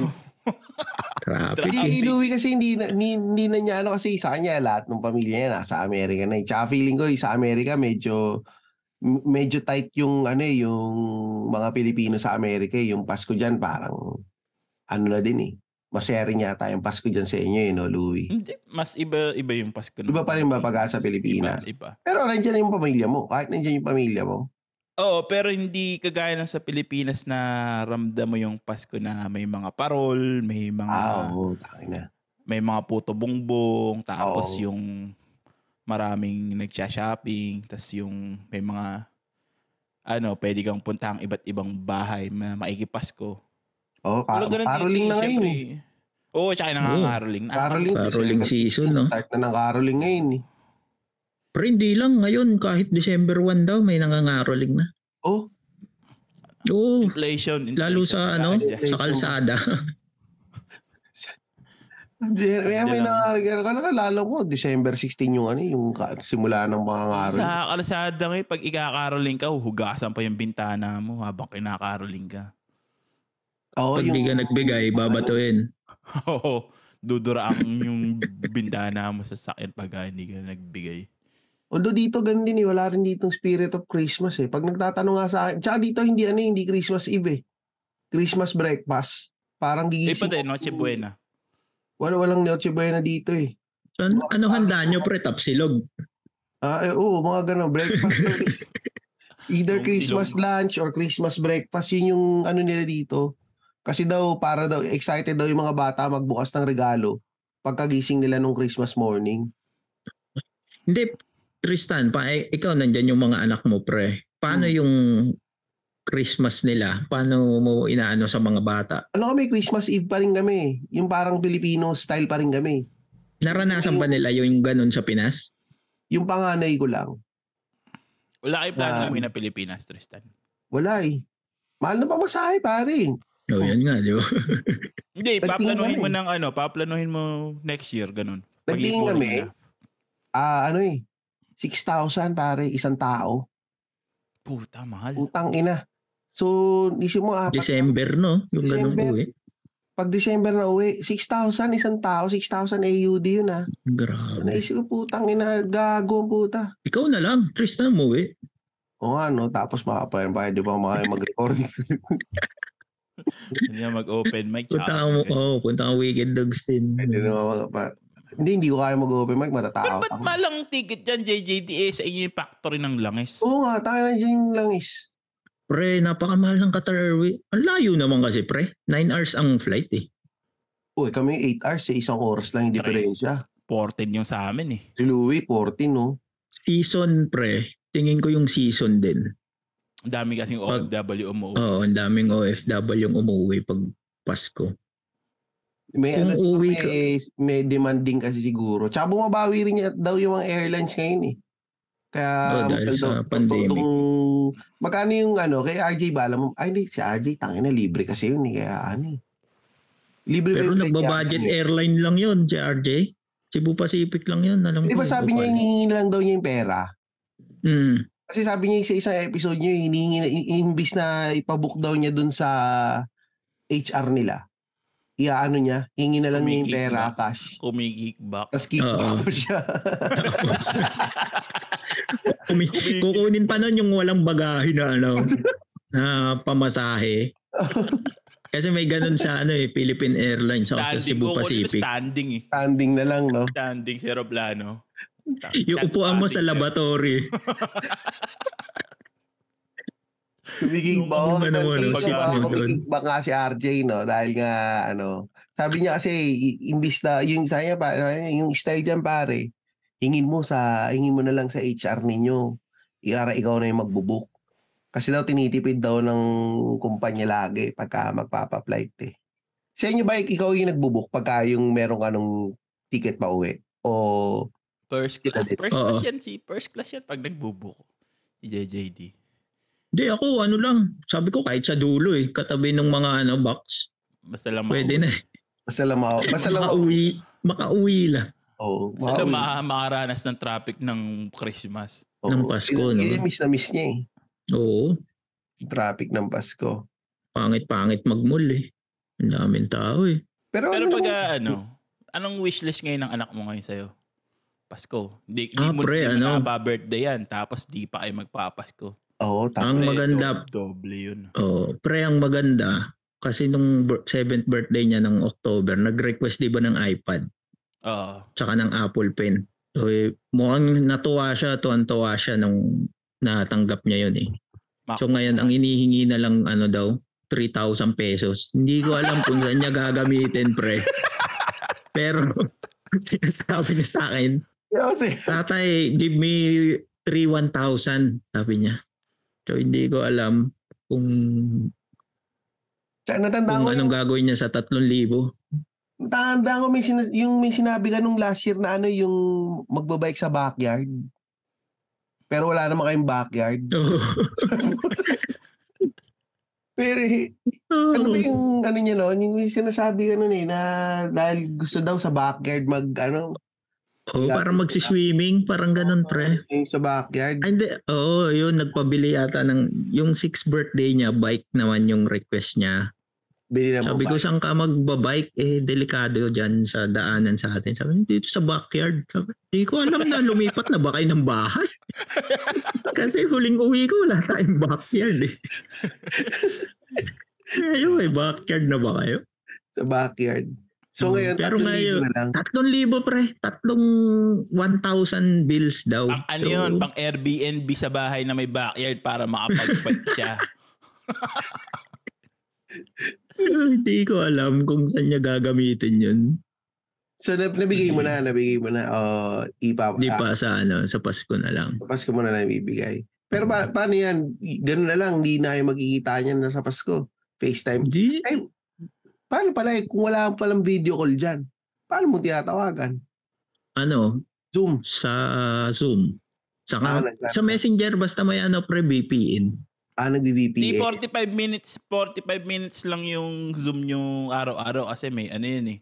[SPEAKER 1] Hindi,
[SPEAKER 3] Traffic.
[SPEAKER 2] Traffic.
[SPEAKER 3] eh.
[SPEAKER 1] inuwi kasi hindi na, ni- hindi, na niya ano kasi sa kanya lahat ng pamilya niya nasa Amerika na. eh. Tsaka feeling ko eh, sa Amerika medyo m- medyo tight yung ano eh, yung mga Pilipino sa Amerika eh. yung Pasko diyan parang ano na din eh. Masering yata yung Pasko diyan sa inyo eh, no, Louie.
[SPEAKER 2] Hindi, mas iba iba yung Pasko. ng
[SPEAKER 1] Iba pa rin ba pagka sa
[SPEAKER 2] Pilipinas?
[SPEAKER 1] Pilipinas?
[SPEAKER 2] Iba, iba.
[SPEAKER 1] Pero nandiyan yung pamilya mo. Kahit nandiyan yung pamilya mo.
[SPEAKER 2] Oo, pero hindi kagaya ng sa Pilipinas na ramdam mo yung Pasko na may mga parol, may mga
[SPEAKER 1] Ah, oo, tangin na.
[SPEAKER 2] may mga puto bongbong, tapos
[SPEAKER 1] Oo.
[SPEAKER 2] yung maraming nagsha-shopping, tapos yung may mga ano, pwede kang punta ang iba't ibang bahay na maikipasko.
[SPEAKER 1] Oo,
[SPEAKER 2] Wala
[SPEAKER 1] kar-
[SPEAKER 2] ganun dito,
[SPEAKER 1] Caroling na ngayon
[SPEAKER 2] syempre.
[SPEAKER 1] eh.
[SPEAKER 2] Oo, tsaka yung nangangaroling.
[SPEAKER 1] Caroling.
[SPEAKER 3] Sa rolling season, no?
[SPEAKER 1] Start na ng Caroling ngayon eh.
[SPEAKER 3] Pero hindi lang ngayon, kahit December 1 daw, may nangangaroling na.
[SPEAKER 1] Oh,
[SPEAKER 3] Oo,
[SPEAKER 2] Inflation, inflation.
[SPEAKER 3] lalo sa ano,
[SPEAKER 2] Yes.
[SPEAKER 3] sa kalsada.
[SPEAKER 1] Hindi, may, may
[SPEAKER 2] lang.
[SPEAKER 1] nangarigyan ka lang. Lalo ko, December 16 yung ano, yung ka- simula ng mga ngaroon.
[SPEAKER 2] Sa kalsada ngayon, pag ikakaroling ka, hugasan pa yung bintana mo habang kinakaroling ka. (laughs)
[SPEAKER 1] Oo,
[SPEAKER 2] Oh,
[SPEAKER 3] Pag di ka nagbigay, babatuin.
[SPEAKER 2] Oo, duduraan yung bintana mo sa sakyan pag hindi ka nagbigay.
[SPEAKER 1] Although dito, ganun din eh. Wala rin dito spirit of Christmas eh. Pag nagtatanong nga sa akin, tsaka dito hindi ano, eh, hindi Christmas Eve eh. Christmas breakfast. Parang
[SPEAKER 2] Eh,
[SPEAKER 1] gigising.
[SPEAKER 2] pati,
[SPEAKER 1] ako.
[SPEAKER 2] Noche Buena.
[SPEAKER 1] Wala, walang Noche Buena dito eh.
[SPEAKER 3] Ano, ano handa nyo, pre? Tapsilog.
[SPEAKER 1] Ah, eh, oo, mga ganun. Breakfast. daw eh. Either
[SPEAKER 2] Yung
[SPEAKER 1] Christmas
[SPEAKER 2] silog.
[SPEAKER 1] lunch or Christmas breakfast. Yun yung ano nila dito. Kasi daw, para daw, excited daw yung mga bata magbukas ng regalo pagkagising nila nung Christmas morning.
[SPEAKER 3] Hindi, Tristan, pa, eh, ikaw nandyan yung mga anak mo, pre. Paano yung Christmas nila? Paano mo inaano sa mga bata?
[SPEAKER 1] Ano kami, Christmas Eve pa rin kami. eh. Yung parang Filipino style pa rin kami.
[SPEAKER 3] Naranasan ba nila yung ganun sa Pinas?
[SPEAKER 1] Yung panganay ko lang.
[SPEAKER 2] Wala kayong plano
[SPEAKER 1] Ah.
[SPEAKER 2] umuwi na Pilipinas, Tristan.
[SPEAKER 1] Wala eh. Mahal na pamasahe, pare.
[SPEAKER 3] Oo, oh, yan nga, di ba?
[SPEAKER 2] Hindi,
[SPEAKER 1] Nagtingin
[SPEAKER 2] paplanuhin
[SPEAKER 1] kami.
[SPEAKER 2] mo ng ano, paplanuhin mo next year, ganun. Pag
[SPEAKER 1] Nagtingin
[SPEAKER 2] i-touring
[SPEAKER 1] kami,
[SPEAKER 2] na.
[SPEAKER 1] ah, ano eh, 6,000 pare, isang tao.
[SPEAKER 2] Puta, mahal.
[SPEAKER 1] Utang ina. So, isip mo, ah, apat
[SPEAKER 3] December, no? Yung ganun
[SPEAKER 1] December.
[SPEAKER 3] uwi.
[SPEAKER 1] Pag December na uwi, 6,000 isang tao, 6,000 AUD yun ah. So,
[SPEAKER 3] Grabe.
[SPEAKER 1] naisip ko, putang ina, gago ang puta.
[SPEAKER 3] Ikaw na lang, Tristan, umuwi.
[SPEAKER 1] O nga no, tapos makapayang pa, di ba mga (laughs) mag-recording.
[SPEAKER 2] Hindi na mag-open mic.
[SPEAKER 3] Punta
[SPEAKER 2] tsaka
[SPEAKER 3] ka mo,
[SPEAKER 2] ganun.
[SPEAKER 3] oh, punta ka Wicked Dogs din.
[SPEAKER 1] Hindi naman makapa- Hindi, hindi ko kaya mag-open mic,
[SPEAKER 2] Pero
[SPEAKER 1] matatakaw.
[SPEAKER 2] ba't
[SPEAKER 1] ako.
[SPEAKER 2] malang ticket yan, JJDA, sa inyo yung factory ng langis?
[SPEAKER 1] Oo nga, tayo na dyan yung langis.
[SPEAKER 3] Pre, napakamahal ng Qatar Airways. Ang layo naman kasi, pre. 9 hours ang flight eh.
[SPEAKER 1] Uy, kami 8 hours, eh, isang oras lang yung
[SPEAKER 2] Three.
[SPEAKER 1] diferensya.
[SPEAKER 2] 14 yung sa amin eh.
[SPEAKER 1] Si Louie, 14 no.
[SPEAKER 3] Season, pre. Tingin ko yung season din.
[SPEAKER 2] Ang dami kasing
[SPEAKER 3] Pag- Oh.
[SPEAKER 2] OFW umuwi.
[SPEAKER 3] Oo, ang daming OFW yung umuwi pag Pasko.
[SPEAKER 1] May,
[SPEAKER 3] Kung
[SPEAKER 1] ano, siguro,
[SPEAKER 3] uwi ka-
[SPEAKER 1] may, may demanding kasi siguro. Tsaka bumabawi rin yat- daw yung mga airlines ngayon eh. Kaya
[SPEAKER 3] Oo, Oh, dahil
[SPEAKER 1] matagal
[SPEAKER 3] sa
[SPEAKER 1] daw-
[SPEAKER 3] pandemic.
[SPEAKER 1] tututong- magkano yung ano, kay RJ Bala mo, ay hindi, si RJ, tangin na, libre kasi yun eh. Kaya ano eh. Libre ba
[SPEAKER 3] Pero
[SPEAKER 1] yung flight niya?
[SPEAKER 3] nagbabudget airline lang yun, JRJ. Cebu Pacific lang yun. Alam
[SPEAKER 1] Di
[SPEAKER 3] ko,
[SPEAKER 1] ba sabi niya,
[SPEAKER 3] nagbabudget.
[SPEAKER 1] hinihingi lang daw niya yung pera?
[SPEAKER 3] Mm.
[SPEAKER 1] Kasi sabi niya sa isang episode niya, hinihingi, in- imbis na ipabook daw niya dun sa HR nila, iaano niya, hingi na lang niya yung
[SPEAKER 2] Kumikik
[SPEAKER 1] pera,
[SPEAKER 2] na.
[SPEAKER 1] cash.
[SPEAKER 2] Kumikickback.
[SPEAKER 3] Oh,
[SPEAKER 1] Tapos kickback
[SPEAKER 3] Oo.
[SPEAKER 1] pa siya.
[SPEAKER 3] Tapos, kumi- kukunin pa nun yung walang bagahe na
[SPEAKER 1] (laughs)
[SPEAKER 3] ano, na pamasahe. Kasi may ganun sa ano eh, Philippine Airlines saka sa
[SPEAKER 2] Standing
[SPEAKER 3] Cebu
[SPEAKER 2] ko
[SPEAKER 3] Pacific.
[SPEAKER 2] Standing eh.
[SPEAKER 1] Standing na lang, no?
[SPEAKER 2] Standing sa aeroplano.
[SPEAKER 3] (laughs) Yung upuan mo sa laboratory.
[SPEAKER 1] Kumikik ba?
[SPEAKER 3] Yung
[SPEAKER 1] Oh,
[SPEAKER 3] ano, ano,
[SPEAKER 1] ano,
[SPEAKER 2] si- ano,
[SPEAKER 1] kumikik ba nga si RJ, no? Dahil nga, ano, sabi niya kasi, i- imbis na, yung saya pa, yung style dyan, pare, hingin mo sa, hingin mo na lang sa HR ninyo. Iara, ikaw na yung magbubook. Kasi daw tinitipid daw ng kumpanya lagi pagka magpapa-flight eh. Sa inyo ba, ikaw yung nagbubuk pagka yung meron ka nung ticket pa uwi? O
[SPEAKER 2] First
[SPEAKER 1] Kita
[SPEAKER 2] class.
[SPEAKER 1] din.
[SPEAKER 2] First class
[SPEAKER 3] Oo.
[SPEAKER 2] yan, si First class yan pag nagbubuko. Si JJD.
[SPEAKER 3] Hindi ako, ano lang. Sabi ko kahit sa dulo eh. Katabi ng mga ano, box.
[SPEAKER 2] Basta lang
[SPEAKER 3] Pwede na eh.
[SPEAKER 1] basta lang maka- basta lang maka-
[SPEAKER 3] Makauwi. Makauwi lang.
[SPEAKER 1] Oo,
[SPEAKER 2] Basta lang
[SPEAKER 1] makauwi.
[SPEAKER 2] ma- makaranas ng traffic ng Christmas.
[SPEAKER 1] Oo.
[SPEAKER 3] ng Pasko,
[SPEAKER 1] Yun-
[SPEAKER 3] no?
[SPEAKER 1] yun yung miss na miss niya eh.
[SPEAKER 3] Oo.
[SPEAKER 1] Yung Traffic ng Pasko.
[SPEAKER 3] Pangit-pangit mag-mall eh. Ang daming tao eh.
[SPEAKER 1] Pero,
[SPEAKER 2] Pero
[SPEAKER 1] ano
[SPEAKER 2] pag
[SPEAKER 1] naman-
[SPEAKER 2] ah, ano, anong wishlist ngayon ng anak mo ngayon sa'yo? Pasko. Di, di
[SPEAKER 3] Ah,
[SPEAKER 2] mo
[SPEAKER 3] pre,
[SPEAKER 2] di ano?
[SPEAKER 3] ano?
[SPEAKER 2] birthday yan. Tapos di pa kayo magpapasko.
[SPEAKER 3] ah,
[SPEAKER 1] Oo, tama.
[SPEAKER 3] Ang
[SPEAKER 2] Pre,
[SPEAKER 3] maganda.
[SPEAKER 2] do- Doble yun.
[SPEAKER 3] Oh, pre ang maganda kasi nung 7th birthday niya ng October, nag-request 'di ba ng iPad
[SPEAKER 2] Oo.
[SPEAKER 3] tsaka ng Apple Pen. So, eh, mukhang natuwa siya, tuwan-tuwa siya nung natanggap niya 'yon eh.
[SPEAKER 2] Mak-
[SPEAKER 3] So ngayon ang inihingi na lang ano daw 3,000 pesos. Hindi ko alam kung saan niya gagamitin, pre. Pero (laughs) sinasabi niya sa akin,
[SPEAKER 1] Kasi,
[SPEAKER 3] Tatay, give me 3,1,000, sabi niya. So hindi ko alam kung
[SPEAKER 1] tsaka natandaan
[SPEAKER 3] kung
[SPEAKER 1] ko yung
[SPEAKER 3] anong gagawin niya sa 3,000.
[SPEAKER 1] Tanda ko may sina- yung may sinabi ka nung last year na ano yung magbabike sa backyard. Pero wala naman kayong backyard.
[SPEAKER 3] (laughs)
[SPEAKER 1] (laughs)
[SPEAKER 3] Oo.
[SPEAKER 1] Pero eh, ano ba yung ano niya noon? Yung may sinasabi ka noon eh na dahil gusto daw sa backyard mag ano.
[SPEAKER 3] Oo, parang magsiswimming, parang ganun pre.
[SPEAKER 1] Yung sa backyard.
[SPEAKER 3] Ay, Hindi, oo, yun, nagpabili yata ng, yung 6th birthday niya, bike naman yung request niya.
[SPEAKER 1] Bili na
[SPEAKER 3] Sabi ko, saan ka magbabike? Eh, delikado dyan sa daanan sa atin. Sabi niya, dito sa backyard. Sabi, di ko alam na lumipat na ba kayo ng
[SPEAKER 2] (laughs)
[SPEAKER 3] bahay? Kasi huling uwi ko, wala tayong backyard
[SPEAKER 2] (laughs)
[SPEAKER 3] eh. Ayun, may backyard na ba kayo?
[SPEAKER 1] sa backyard. So
[SPEAKER 3] Hmm,
[SPEAKER 1] ngayon,
[SPEAKER 3] pero
[SPEAKER 1] pero
[SPEAKER 3] ngayon-
[SPEAKER 1] na lang.
[SPEAKER 3] Tatlong libo pre, tatlong 1,000 bills daw.
[SPEAKER 2] Pang ano
[SPEAKER 3] So,
[SPEAKER 2] yun, pang Airbnb sa bahay na may backyard para makapag-fight
[SPEAKER 3] (laughs)
[SPEAKER 2] siya.
[SPEAKER 3] (laughs) Hindi ko alam kung saan niya gagamitin yun.
[SPEAKER 1] So nab- nabigay mo na, nabigay mo na. Oh, ipa
[SPEAKER 3] Hindi Hmm. pa sa ano, sa Pasko na lang.
[SPEAKER 1] Pasko mo na lang ibibigay. Pero pa- paano yan? Ganun na lang, hindi na kayo magkikita niyan na sa Pasko. FaceTime.
[SPEAKER 3] Hindi,
[SPEAKER 1] Paano pala eh, kung wala palang video call dyan? Paano mo tinatawagan?
[SPEAKER 3] ano,
[SPEAKER 1] Zoom.
[SPEAKER 3] sa Zoom.
[SPEAKER 1] Ah,
[SPEAKER 3] Saka,
[SPEAKER 1] nag-
[SPEAKER 3] sa Messenger, basta may ano pre, VPN.
[SPEAKER 1] Ah,
[SPEAKER 2] Di
[SPEAKER 1] nag-VPN.
[SPEAKER 2] 45 minutes, 45 minutes lang yung Zoom yung araw-araw kasi may ano yun eh.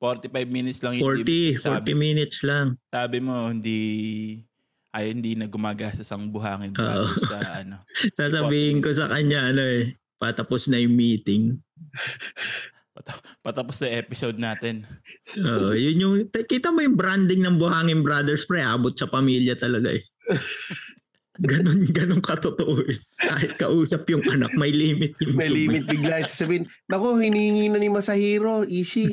[SPEAKER 2] 45 minutes lang yung
[SPEAKER 3] 40,
[SPEAKER 2] sabi,
[SPEAKER 3] 40 minutes lang.
[SPEAKER 2] sabi mo hindi ay hindi na gumagastos ang buhangin bago
[SPEAKER 3] Oo. (laughs)
[SPEAKER 2] sa ano.
[SPEAKER 3] Sasabihin ko sa kanya, ano eh, patapos na yung meeting.
[SPEAKER 2] Patapos na episode natin.
[SPEAKER 1] (laughs)
[SPEAKER 3] Oo, yun yung, t- kita mo yung branding ng Buhangin Brothers, pre, abot sa pamilya
[SPEAKER 1] (laughs)
[SPEAKER 3] talaga eh. Ganon, ganon katotoo eh. Kahit kausap yung anak, may limit yung
[SPEAKER 1] May
[SPEAKER 3] Zoom eh.
[SPEAKER 1] limit bigla. Sasabihin, naku, hinihingi na ni Masahiro.
[SPEAKER 2] (laughs)
[SPEAKER 1] Easy.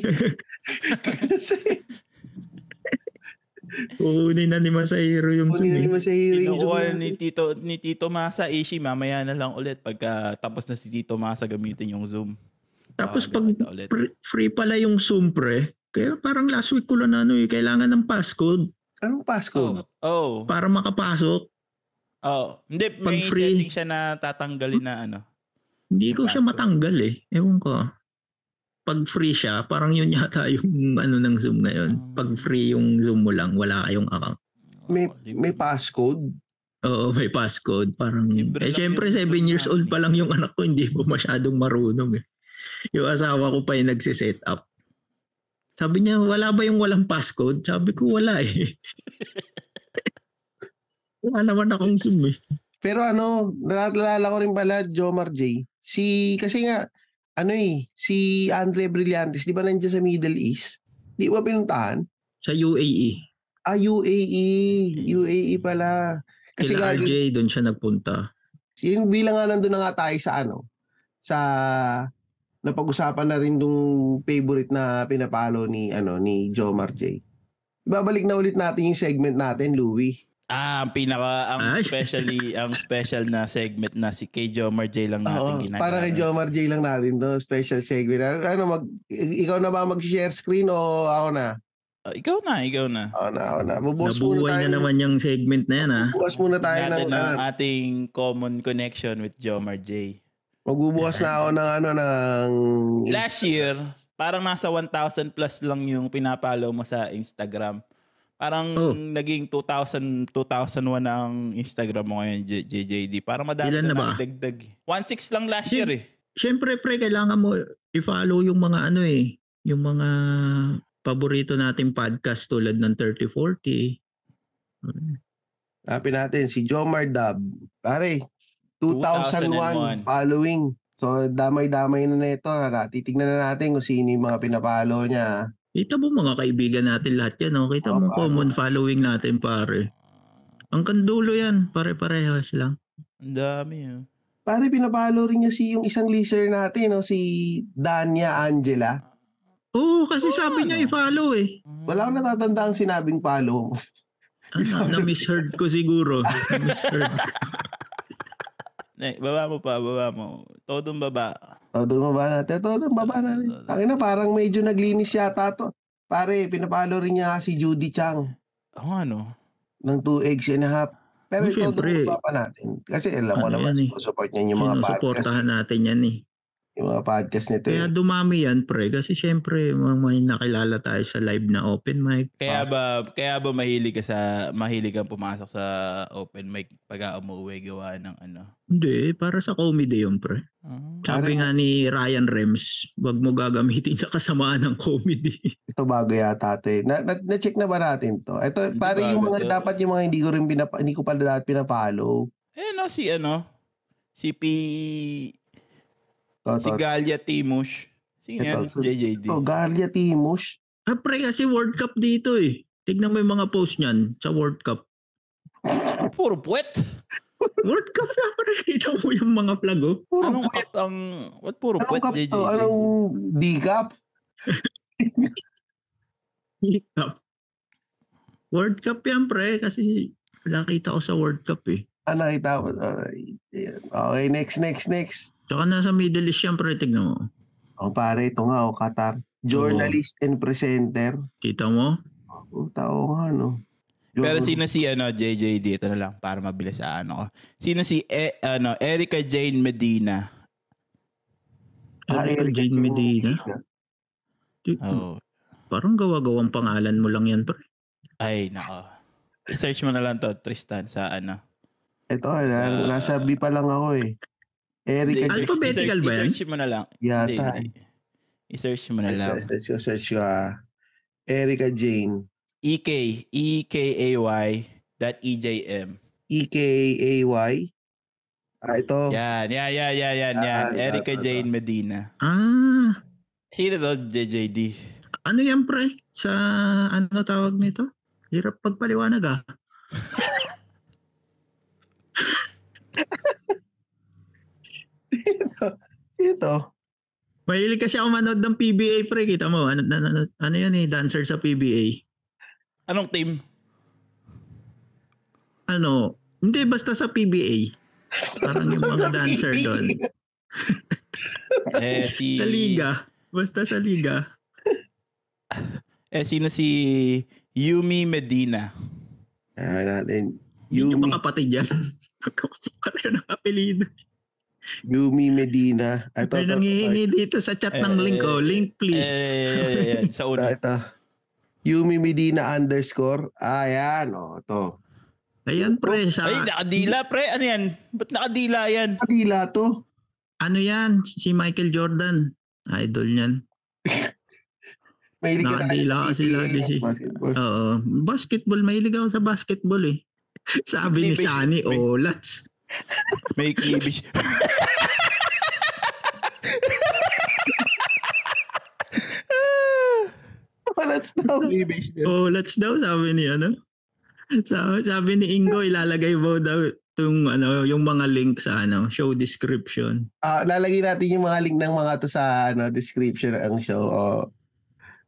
[SPEAKER 3] Kukunin na ni Masahiro yung
[SPEAKER 1] Kunin na ni
[SPEAKER 3] Zoom eh.
[SPEAKER 1] Masahiro yung
[SPEAKER 2] Kinukuha
[SPEAKER 1] Zoom.
[SPEAKER 2] ni Tito ni Tito Masa Ishi mamaya na lang ulit pagka tapos na si Tito Masa gamitin yung Zoom.
[SPEAKER 3] Tapos
[SPEAKER 2] Tawagan
[SPEAKER 3] pag
[SPEAKER 2] kita ulit.
[SPEAKER 3] pre- free pala yung Zoom, pre, kaya parang last week ko lang ano eh, kailangan ng passcode
[SPEAKER 1] Anong Pasko?
[SPEAKER 2] Oh. Oh.
[SPEAKER 3] para makapasok.
[SPEAKER 2] Oh, hindi
[SPEAKER 3] Pag
[SPEAKER 2] may setting
[SPEAKER 3] free.
[SPEAKER 2] siya na tatanggalin na ano.
[SPEAKER 3] Hindi
[SPEAKER 2] Yung
[SPEAKER 3] ko siya
[SPEAKER 2] password.
[SPEAKER 3] matanggal eh. Ewan ko. Pag free siya, parang yun yata (laughs) yung ano ng Zoom
[SPEAKER 2] Ah.
[SPEAKER 3] ngayon. Pag free yung Zoom mo lang, wala kayong account.
[SPEAKER 1] May,
[SPEAKER 2] Oh,
[SPEAKER 1] may passcode?
[SPEAKER 3] Oo, may passcode. Parang,
[SPEAKER 2] Libre
[SPEAKER 3] eh
[SPEAKER 2] lang
[SPEAKER 3] syempre
[SPEAKER 2] yung
[SPEAKER 3] 7
[SPEAKER 2] Zoom
[SPEAKER 3] years old pa lang yung anak ko, hindi ko masyadong marunong eh. Yung asawa ko pa yung nagsiset up. Sabi niya, wala ba yung walang passcode? Sabi ko, wala eh. (laughs) wala naman akong Zoom eh.
[SPEAKER 1] Pero ano, naalala ko rin pala, Jomar J. Si, kasi nga, ano eh, si Andre Brillantes, di ba nandiyan sa Middle East? Di ba pinuntahan?
[SPEAKER 3] Sa E. UAE.
[SPEAKER 1] Ah, UAE. UAE E pala. Kasi
[SPEAKER 3] Kasi Kila
[SPEAKER 1] gagi,
[SPEAKER 3] RJ, doon siya nagpunta.
[SPEAKER 1] yun bilang nga nandun na nga tayo sa ano, sa napag-usapan na rin dung favorite na pinapalo ni ano ni Jomar J. Babalik na ulit natin yung segment natin, Louie.
[SPEAKER 2] Ah, ang pinaka ang
[SPEAKER 1] (laughs)
[SPEAKER 3] Ay.
[SPEAKER 2] especially ang special na segment na si kay Jomar J lang natin
[SPEAKER 1] Oo,
[SPEAKER 2] ginagawa.
[SPEAKER 1] para kay Jomar J lang natin to, special segment. Ano mag i- ikaw na ba mag-share screen o ako na?
[SPEAKER 2] Oh, ikaw na, ikaw na.
[SPEAKER 1] Oo na, oo na. Bubukas muna
[SPEAKER 3] Nabuhay
[SPEAKER 1] tayo.
[SPEAKER 3] na naman yung segment na yan ah. ha.
[SPEAKER 1] Bubukas muna tayo ng...
[SPEAKER 2] Natin
[SPEAKER 1] ano,
[SPEAKER 2] ang ating common connection with Jomar J.
[SPEAKER 1] magbubukas na ako ng ano, ng...
[SPEAKER 2] Last year, parang nasa 1,000 plus lang yung pinapalo mo sa Instagram. Parang
[SPEAKER 3] Oh.
[SPEAKER 2] naging 2,000, 2,001 na ang Instagram mo ngayon, J- JJD. Parang madami
[SPEAKER 3] Ilan na ba?
[SPEAKER 2] dagdag. 1,600 lang last
[SPEAKER 3] Shit.
[SPEAKER 2] year eh.
[SPEAKER 3] Siyempre pre, kailangan mo i-follow yung mga ano eh. Yung mga paborito nating podcast tulad ng 3040.
[SPEAKER 1] Hanapin natin si Jomar Dab. Pare, 2001,
[SPEAKER 2] 2001.
[SPEAKER 1] following. So, damay-damay na na ito. ha. Titignan na natin kung sino yung mga pinapalo niya.
[SPEAKER 3] Kita mo mga kaibigan natin lahat yan. Oh. Kita mo
[SPEAKER 1] Tama.
[SPEAKER 3] common following natin pare. Ang kandulo yan. Pare-parehas lang.
[SPEAKER 2] Ang dami ah. yun.
[SPEAKER 1] Pare, pinapalo rin niya si yung isang listener natin, no? si Dania Angela.
[SPEAKER 3] Oo, kasi
[SPEAKER 2] Oo,
[SPEAKER 3] sabi niya
[SPEAKER 2] ano?
[SPEAKER 3] i-follow eh.
[SPEAKER 1] Wala akong natatanda ang sinabing palo.
[SPEAKER 3] Ano, na-misheard ko siguro. Na-misheard.
[SPEAKER 2] Eh, baba mo pa, baba mo. Todong baba.
[SPEAKER 1] O, Oh, doon ba natin? Ito, doon baba natin. Tangina, parang medyo naglinis yata to. Pare, pinapalo rin niya si Judy Chang.
[SPEAKER 2] Ako ano?
[SPEAKER 1] ng 2 eggs and a half. Pero
[SPEAKER 3] Oh,
[SPEAKER 1] ito,
[SPEAKER 3] syempre.
[SPEAKER 1] doon pa natin. Kasi alam ko
[SPEAKER 3] Ano
[SPEAKER 1] naman,
[SPEAKER 3] yan eh.
[SPEAKER 1] support niya yung mga podcast.
[SPEAKER 3] Sinusuportahan natin yan eh.
[SPEAKER 1] Yung mga podcast nito. eh.
[SPEAKER 3] Kaya dumami yan pre. Kasi syempre mga may nakilala tayo sa live na open mic.
[SPEAKER 2] Kaya ba kaya ba mahilig ka sa mahilig kang pumasok sa open mic pag umuwi gawa ng ano?
[SPEAKER 3] Hindi, para sa comedy yun pre.
[SPEAKER 2] Ah.
[SPEAKER 3] Sabi nga ni Ryan Rems, wag mo gagamitin sa kasamaan ng comedy. (laughs)
[SPEAKER 1] Ito bago yata ito eh. Na, na, check na ba natin to? Ito,
[SPEAKER 2] Hindi
[SPEAKER 1] pare
[SPEAKER 2] bago
[SPEAKER 1] yung mga
[SPEAKER 2] to.
[SPEAKER 1] dapat yung mga hindi ko rin pinapa, hindi ko pala dapat pinapalo.
[SPEAKER 2] Eh no si ano? Si P
[SPEAKER 1] To,
[SPEAKER 2] si
[SPEAKER 1] to,
[SPEAKER 2] Galia Timush. Sino yan?
[SPEAKER 1] Ito, so-
[SPEAKER 2] JJD.
[SPEAKER 1] to, Galia Timush.
[SPEAKER 3] ah pre, kasi World Cup dito eh. Tignan mo yung mga post niyan sa World Cup.
[SPEAKER 2] Puro puwet.
[SPEAKER 3] World Cup (laughs) na pre. Tignan mo yung mga flag oh.
[SPEAKER 1] Puro
[SPEAKER 2] Anong
[SPEAKER 1] puwet.
[SPEAKER 2] cup ang what puro
[SPEAKER 1] Anong
[SPEAKER 2] puwet
[SPEAKER 1] cup
[SPEAKER 2] JJD?
[SPEAKER 1] to? Anong D-cup?
[SPEAKER 3] World Cup. World Cup yan pre. Kasi nakita ko sa World Cup eh.
[SPEAKER 1] Ano nakita ko? Ay, ayan. Okay, next, next, next.
[SPEAKER 3] Tsaka nasa Middle East yan pre. Tignan mo.
[SPEAKER 1] O Oh, pare, ito nga o, Qatar. Journalist and presenter.
[SPEAKER 3] Kita mo?
[SPEAKER 1] Ang tao nga, no?
[SPEAKER 2] Pero sino si ano JJD ito na lang para mabilis sa ano ko. Sino si eh, ano Erica Jane Medina.
[SPEAKER 1] Ah,
[SPEAKER 3] Sabi ko,
[SPEAKER 1] Erica
[SPEAKER 3] Jane
[SPEAKER 1] Jane
[SPEAKER 3] Medina. Di-
[SPEAKER 2] Oh.
[SPEAKER 3] Parang gawa-gawang pangalan mo lang yan pre.
[SPEAKER 2] Ay nako. Search mo na lang to Tristan sa ano.
[SPEAKER 1] Ito, sa...
[SPEAKER 2] Sa-
[SPEAKER 1] nasa B pa lang ako eh. Erica
[SPEAKER 3] Hindi,
[SPEAKER 1] Jane.
[SPEAKER 2] I-search-
[SPEAKER 3] Alphabetical ba yan?
[SPEAKER 2] I-search mo na lang. Hindi,
[SPEAKER 1] Yata. eh.
[SPEAKER 2] hindi. I-search mo na lang.
[SPEAKER 1] Search, search, ko, search ko, ah. Erica Jane.
[SPEAKER 2] EK. E-K-A-Y dot E E-J-M.
[SPEAKER 1] E E-K-A-Y. Ah, ito.
[SPEAKER 2] Yan, yan, yan, yan, yan,
[SPEAKER 1] Ah,
[SPEAKER 2] yan.
[SPEAKER 1] ito,
[SPEAKER 2] Erica
[SPEAKER 1] ito,
[SPEAKER 2] Jane Medina.
[SPEAKER 3] Ah,
[SPEAKER 2] Sino to? JJD.
[SPEAKER 3] ano yan pre? Sa ano tawag nito? Hirap pagpaliwanag ah.
[SPEAKER 1] Sino to?
[SPEAKER 3] Mahilig kasi ako manood ng PBA pre. Kita mo, ano, ano, ano, ano yan eh, dancer sa PBA.
[SPEAKER 2] Anong team?
[SPEAKER 3] Ano, hindi basta sa PBA. Parang yung
[SPEAKER 1] (laughs)
[SPEAKER 3] mga
[SPEAKER 1] Sa
[SPEAKER 3] dancer
[SPEAKER 1] PBA.
[SPEAKER 3] doon.
[SPEAKER 2] Eh, si...
[SPEAKER 3] Sa liga. Basta sa liga.
[SPEAKER 2] Eh, sino si Yumi Medina?
[SPEAKER 1] Ah, natin.
[SPEAKER 3] Yun yung
[SPEAKER 1] Yumi,
[SPEAKER 3] mga kapatid yan. (laughs) Pareho ng apelido.
[SPEAKER 1] Yumi Medina. Ah, Ito, ito,
[SPEAKER 3] May
[SPEAKER 1] ito.
[SPEAKER 3] nangihingi dito sa chat ng
[SPEAKER 2] Eh,
[SPEAKER 3] link oh.
[SPEAKER 2] Eh,
[SPEAKER 3] Link please.
[SPEAKER 2] yan, yan, yan. Sa
[SPEAKER 1] Ito, (laughs)
[SPEAKER 2] una.
[SPEAKER 1] ito. Yumi Medina underscore. Ah, yan. O, ito.
[SPEAKER 3] Ayan pre, sa
[SPEAKER 2] Ay, nakadila, pre. Ano yan? Ba't nakadila yan?
[SPEAKER 1] Kadila to.
[SPEAKER 3] ano yan? Si Michael Jordan. Idol yan.
[SPEAKER 1] Mahilig ka tayo
[SPEAKER 3] Nakadila
[SPEAKER 1] sa
[SPEAKER 3] kasi
[SPEAKER 1] PBA,
[SPEAKER 3] lagi si-
[SPEAKER 1] basketball. (laughs)
[SPEAKER 3] Oo. Basketball. Mahilig ako sa basketball eh. (laughs) Sabi ni
[SPEAKER 2] May- may-
[SPEAKER 3] Sunny oh,
[SPEAKER 2] may-
[SPEAKER 3] Olats.
[SPEAKER 2] May kibish.
[SPEAKER 1] Balance daw.
[SPEAKER 2] kibish na.
[SPEAKER 3] Olats Oh, daw sabi ni ano. Sabi, sabi ni Ingo ilalagay mo daw tung ano yung mga link sa ano show description.
[SPEAKER 1] Ah, lalagay natin yung mga link ng mga to sa ano description ng show. Oh.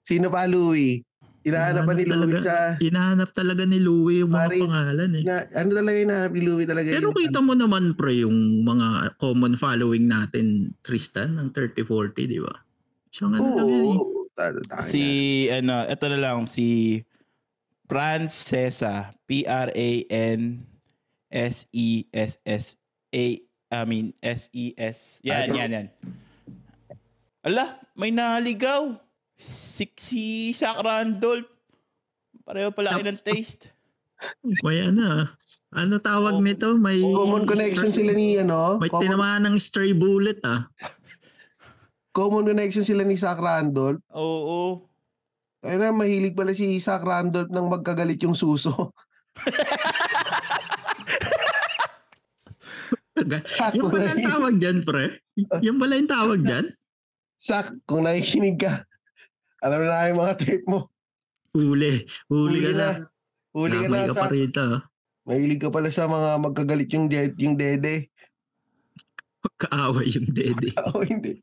[SPEAKER 1] Sino pa Louie? Hinahanap pa ni
[SPEAKER 3] Hinahanap
[SPEAKER 1] Louie
[SPEAKER 3] talaga.
[SPEAKER 1] siya.
[SPEAKER 3] Hinahanap talaga ni Louie yung mga
[SPEAKER 1] Pare.
[SPEAKER 3] pangalan eh.
[SPEAKER 1] Na, ano talaga hinahanap ni Louie talaga?
[SPEAKER 3] Pero
[SPEAKER 1] yun.
[SPEAKER 3] kita mo naman pre yung mga common following natin Tristan ng 3040, di ba? Siyang ano
[SPEAKER 1] Oo,
[SPEAKER 3] lang yan eh.
[SPEAKER 1] oo. Tado tayo
[SPEAKER 2] (laughs) Si, ano, ito na lang, si Francesa, E P-R-A-N-S-E-S-S-A, I mean, S-E-S, yan,
[SPEAKER 1] Ano?
[SPEAKER 2] yan, yan. Ala, may naligaw. Si, si Zach Randolph. Pareho pala kayo ng taste.
[SPEAKER 3] Kaya na. Ano tawag
[SPEAKER 2] Oh.
[SPEAKER 3] nito? May
[SPEAKER 1] na. Common connection sila ni ano?
[SPEAKER 3] May
[SPEAKER 1] Common,
[SPEAKER 3] tinamaan ng stray bullet ah.
[SPEAKER 1] common connection sila ni Zach Randolph.
[SPEAKER 2] Oo.
[SPEAKER 1] Ay na, mahilig pala si Zach Randolph nang magkagalit yung suso. (laughs)
[SPEAKER 3] yung
[SPEAKER 1] eh.
[SPEAKER 3] pala ang tawag dyan, pre. Yung pala yung tawag dyan.
[SPEAKER 1] Zach, kung nakikinig ka, alam na yung mga trip mo.
[SPEAKER 3] Huli. Huli ka
[SPEAKER 1] Huli
[SPEAKER 3] na.
[SPEAKER 1] na. Huli ka na,
[SPEAKER 3] Namay ka pa
[SPEAKER 1] Zach.
[SPEAKER 3] rito. ah.
[SPEAKER 1] Mahilig ka pala sa mga magkagalit yung, de- yung dede. (laughs)
[SPEAKER 3] Kaaway yung dede.
[SPEAKER 1] Oo, hindi.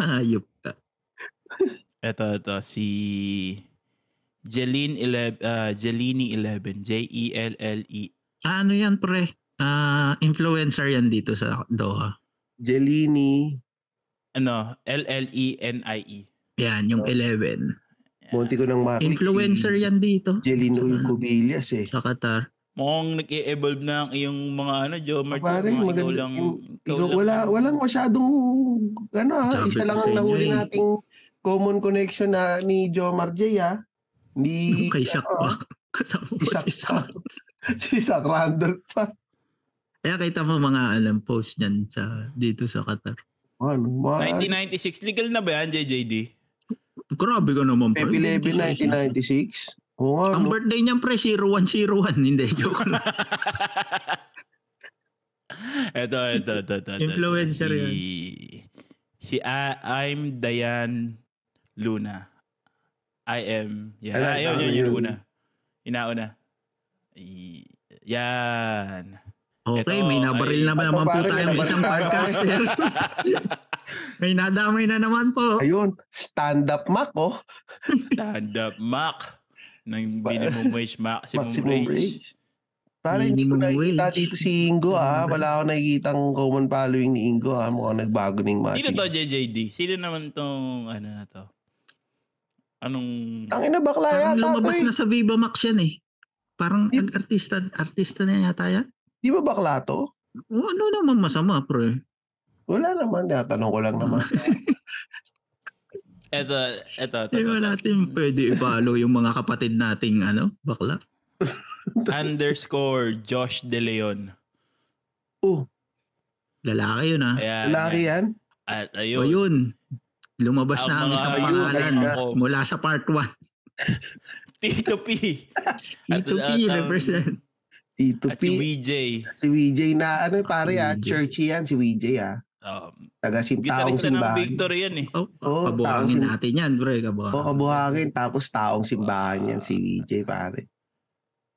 [SPEAKER 3] Ayop ka.
[SPEAKER 2] Ito, ito. Si Jeline 11, ah, Jelini E 11. J-E-L-L-E.
[SPEAKER 3] Ano yan, pre? Ah, influencer yan dito sa Doha.
[SPEAKER 1] Jelini,
[SPEAKER 2] Ano? L-L-E-N-I-E.
[SPEAKER 3] Yan,
[SPEAKER 1] Oh.
[SPEAKER 3] yung 11.
[SPEAKER 1] munti ko nang makikita.
[SPEAKER 3] Influencer yan dito.
[SPEAKER 1] Jelin
[SPEAKER 3] Sa-
[SPEAKER 1] Ulcobillas eh.
[SPEAKER 3] Sa Qatar.
[SPEAKER 2] Mukhang nag-evolve na ang iyong mga ano, Jomar.
[SPEAKER 1] Ah, Pare,
[SPEAKER 2] mga ikaw
[SPEAKER 1] maganda
[SPEAKER 2] lang.
[SPEAKER 1] yung-
[SPEAKER 2] ikaw
[SPEAKER 1] Ikaw,
[SPEAKER 2] lang
[SPEAKER 1] wala,
[SPEAKER 2] ang-
[SPEAKER 1] walang masyadong, ano ha,
[SPEAKER 3] Sabi
[SPEAKER 1] isa
[SPEAKER 3] ko
[SPEAKER 1] lang
[SPEAKER 3] sa
[SPEAKER 1] ang
[SPEAKER 3] inyo
[SPEAKER 1] nahuli
[SPEAKER 3] eh.
[SPEAKER 1] nating common connection na ni Joe Marjay ha. Ni,
[SPEAKER 3] (laughs) Kay
[SPEAKER 1] (laughs)
[SPEAKER 3] Shaq
[SPEAKER 1] ano,
[SPEAKER 3] pa. Kasama ko
[SPEAKER 1] Shaq
[SPEAKER 3] si
[SPEAKER 1] pa.
[SPEAKER 3] Shaq.
[SPEAKER 1] si Zach Randolph pa.
[SPEAKER 3] Kaya kita mo mga alam post niyan sa dito sa Qatar.
[SPEAKER 1] Ano, mga,
[SPEAKER 2] 1996. Legal na ba yan, JJD?
[SPEAKER 3] Grabe ka naman pre.
[SPEAKER 1] Pepe Levy,
[SPEAKER 3] Hindi siya-
[SPEAKER 1] 1996. Oo nga, no?
[SPEAKER 3] Ang birthday niyan pre 0101 (laughs) hindi joke lang.
[SPEAKER 2] Ito, ito, ito. ito, ito.
[SPEAKER 3] Influencer
[SPEAKER 2] si,
[SPEAKER 3] yan.
[SPEAKER 2] Si I, I'm Dayan Luna. I am. Yan.
[SPEAKER 1] Alam,
[SPEAKER 2] Ah, yun,
[SPEAKER 1] tama
[SPEAKER 2] yun, yun,
[SPEAKER 1] yun.
[SPEAKER 2] una. Inauna. I- Yan.
[SPEAKER 3] Okay,
[SPEAKER 2] Ito,
[SPEAKER 3] may
[SPEAKER 2] ay-
[SPEAKER 3] nabaril na naman
[SPEAKER 1] Ito,
[SPEAKER 3] po
[SPEAKER 1] pare,
[SPEAKER 3] tayo
[SPEAKER 1] may
[SPEAKER 3] may isang
[SPEAKER 1] nabaril na
[SPEAKER 3] (laughs) podcaster. may nadamay na naman po.
[SPEAKER 1] Ayun, stand-up Mac oh.
[SPEAKER 2] Stand up, Mac. Nang minimum wage, maximum,
[SPEAKER 1] Maximum
[SPEAKER 2] wage.
[SPEAKER 1] wage. Para hindi ko
[SPEAKER 3] Minimum
[SPEAKER 1] nakikita
[SPEAKER 3] wage.
[SPEAKER 1] dito si Ingo ah.
[SPEAKER 3] Minimum
[SPEAKER 1] Wala akong nakikita ang common following ni Ingo ah. Mukhang nagbago ng mga
[SPEAKER 2] Sino to, JJD? Sino naman tong, ano na to? Anong...
[SPEAKER 1] Ang ina bakla
[SPEAKER 3] Parang
[SPEAKER 1] yata to
[SPEAKER 3] lumabas
[SPEAKER 1] eh.
[SPEAKER 3] na sa Viva Max yan eh. Parang an- artista, artista na yata yan.
[SPEAKER 1] Di ba bakla to?
[SPEAKER 3] O ano naman masama pre.
[SPEAKER 1] Wala naman. Tinatanong ko lang naman.
[SPEAKER 2] Eto, eto, eto.
[SPEAKER 3] Di
[SPEAKER 2] eto.
[SPEAKER 3] ba natin Eh, pwede i-follow yung mga kapatid nating ano, bakla?
[SPEAKER 2] Underscore Josh De Leon.
[SPEAKER 3] Lalaki yun ah.
[SPEAKER 2] Ayan.
[SPEAKER 1] Laki yan.
[SPEAKER 2] At
[SPEAKER 3] O
[SPEAKER 2] ayun.
[SPEAKER 3] yun, lumabas na ang
[SPEAKER 2] mga-
[SPEAKER 3] isang
[SPEAKER 2] ayun,
[SPEAKER 3] pangalan
[SPEAKER 2] ayun ako.
[SPEAKER 3] mula sa part 1.
[SPEAKER 2] Tito P. At- at,
[SPEAKER 3] E2P
[SPEAKER 2] um,
[SPEAKER 3] represent.
[SPEAKER 1] Tito
[SPEAKER 2] At si
[SPEAKER 1] P.
[SPEAKER 2] VJ.
[SPEAKER 1] Si VJ na ano pare ah.
[SPEAKER 3] VJ.
[SPEAKER 1] Churchy yan. Si VJ ah.
[SPEAKER 2] Um,
[SPEAKER 1] Taga sim taong
[SPEAKER 2] gitarista ng
[SPEAKER 1] simbahan.
[SPEAKER 2] Victor yan eh.
[SPEAKER 3] Oh,
[SPEAKER 1] Oo,
[SPEAKER 3] kabuhangin
[SPEAKER 1] taong-
[SPEAKER 3] natin yan, bro. Kabuhangin.
[SPEAKER 1] Oo, kabuhangin. Tapos taong simbahan yan si VJ pare.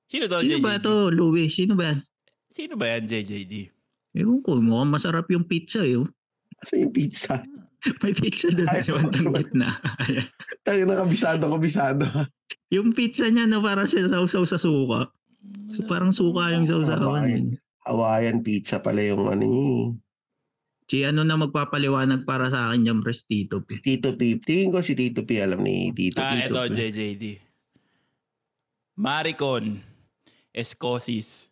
[SPEAKER 2] Sino to,
[SPEAKER 3] Sino
[SPEAKER 2] JJD?
[SPEAKER 3] ba to, Louie? Sino ba yan?
[SPEAKER 2] Sino ba yan, JJD?
[SPEAKER 3] Ewan ko, mukhang masarap yung pizza eh. (laughs) oh.
[SPEAKER 1] Kasi yung pizza. (laughs)
[SPEAKER 3] May pizza doon
[SPEAKER 1] Ay,
[SPEAKER 3] sa bandang
[SPEAKER 1] oo.
[SPEAKER 3] gitna. (laughs) Ayan.
[SPEAKER 1] Tayo na kabisado, kabisado.
[SPEAKER 3] yung pizza niya na parang sinasawsaw sa suka. So, parang suka yung
[SPEAKER 1] Kabuhangin.
[SPEAKER 3] sawsawan. eh.
[SPEAKER 1] Hawaiian pizza pala yung ano niya eh.
[SPEAKER 3] Si ano na magpapaliwanag para sa akin yung prestito.
[SPEAKER 1] Tito P. Tingin ko si Tito P. Alam ni Tito
[SPEAKER 2] Ah,
[SPEAKER 1] P.
[SPEAKER 2] eto,
[SPEAKER 1] Tito P.
[SPEAKER 2] JJD. Maricon. Escosis.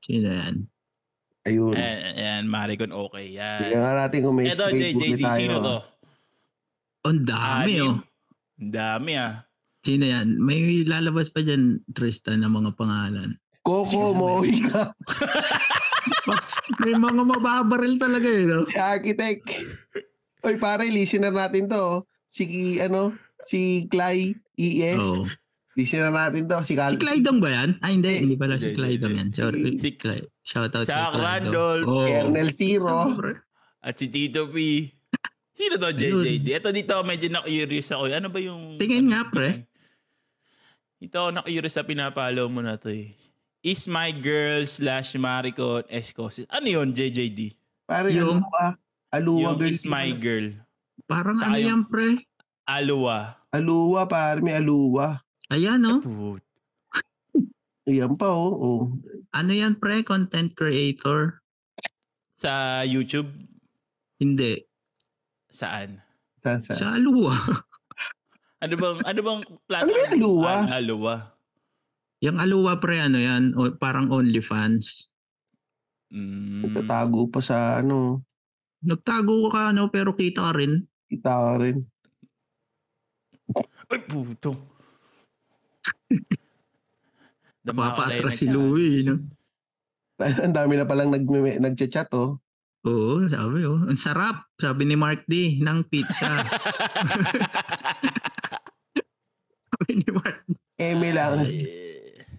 [SPEAKER 3] Sino yan?
[SPEAKER 1] Ayun.
[SPEAKER 2] Ayan, ayan, Maricon, okay. Yan.
[SPEAKER 1] Tingnan nga natin kung may
[SPEAKER 2] eh, Eto,
[SPEAKER 1] straight bullet
[SPEAKER 2] JJD,
[SPEAKER 1] tayo. ah.
[SPEAKER 2] sino to?
[SPEAKER 3] Ang dami
[SPEAKER 2] Anim.
[SPEAKER 3] oh.
[SPEAKER 2] Ang Dami ah.
[SPEAKER 3] Sino yan? May lalabas pa dyan, Tristan, ng mga pangalan.
[SPEAKER 1] Coco
[SPEAKER 3] Sino
[SPEAKER 1] (laughs)
[SPEAKER 3] ba
[SPEAKER 1] Moy ka.
[SPEAKER 3] May mga mababaril talaga eh, no?
[SPEAKER 1] Si Architect. Oy, pare, listener natin to. oh. Si, Ki- ano, si Clay ES.
[SPEAKER 3] Oo.
[SPEAKER 1] Listener natin to. Si, Cal-
[SPEAKER 3] Si Clydong ba yan? Ah, hindi. Hindi pala
[SPEAKER 2] Hindi,
[SPEAKER 3] si Clydong yan. Sorry.
[SPEAKER 2] Si-
[SPEAKER 3] Clyde. Shout out
[SPEAKER 2] Sa Randolph.
[SPEAKER 3] Oh.
[SPEAKER 1] Kernel Zero.
[SPEAKER 2] At si Tito P. Sino to,
[SPEAKER 3] Ayun.
[SPEAKER 2] JJD? Ito dito, medyo na-curious ako. eh. Ano ba yung...
[SPEAKER 3] Tingin nga,
[SPEAKER 2] ano-
[SPEAKER 3] pre.
[SPEAKER 2] Ito ako na-curious sa pinapalo mo na to eh. Is my girl slash Maricon Escosis. Ano yun, JJD?
[SPEAKER 1] Pare,
[SPEAKER 3] Yung-
[SPEAKER 1] ano ka? Aluwa
[SPEAKER 2] Yung
[SPEAKER 1] girl.
[SPEAKER 2] is my girl.
[SPEAKER 3] Parang
[SPEAKER 2] Tsaka
[SPEAKER 3] ano
[SPEAKER 2] yung-
[SPEAKER 3] yan, pre?
[SPEAKER 2] Alua.
[SPEAKER 1] Aluwa, pare. May aluwa.
[SPEAKER 3] Ayan, oh.
[SPEAKER 2] Put.
[SPEAKER 1] Iyan pa, oh. oh.
[SPEAKER 3] Ano yan, pre? Content creator.
[SPEAKER 2] Sa YouTube.
[SPEAKER 3] Hindi.
[SPEAKER 2] Saan?
[SPEAKER 1] Saan saan?
[SPEAKER 3] Sa Alua.
[SPEAKER 2] Ano bang ano bang
[SPEAKER 1] (laughs) Ano ba yung aluwa?
[SPEAKER 2] Ah, aluwa.
[SPEAKER 3] (laughs) Yung Alua pre ano yan, o, parang OnlyFans.
[SPEAKER 2] Mm.
[SPEAKER 1] Nagtatago pa sa ano,
[SPEAKER 3] Nagtago ka ano pero kita ka rin.
[SPEAKER 1] kita ka rin.
[SPEAKER 2] Ay, puto.
[SPEAKER 3] Napapa-atras si
[SPEAKER 2] Lou.
[SPEAKER 3] Louie. No?
[SPEAKER 1] (laughs) Ang dami na palang nag, nagchat-chat oh.
[SPEAKER 3] Oo, sabi oh. Ang sarap, sabi ni Mark D, ng
[SPEAKER 2] (laughs)
[SPEAKER 3] pizza. sabi ni Mark.
[SPEAKER 1] Eme lang.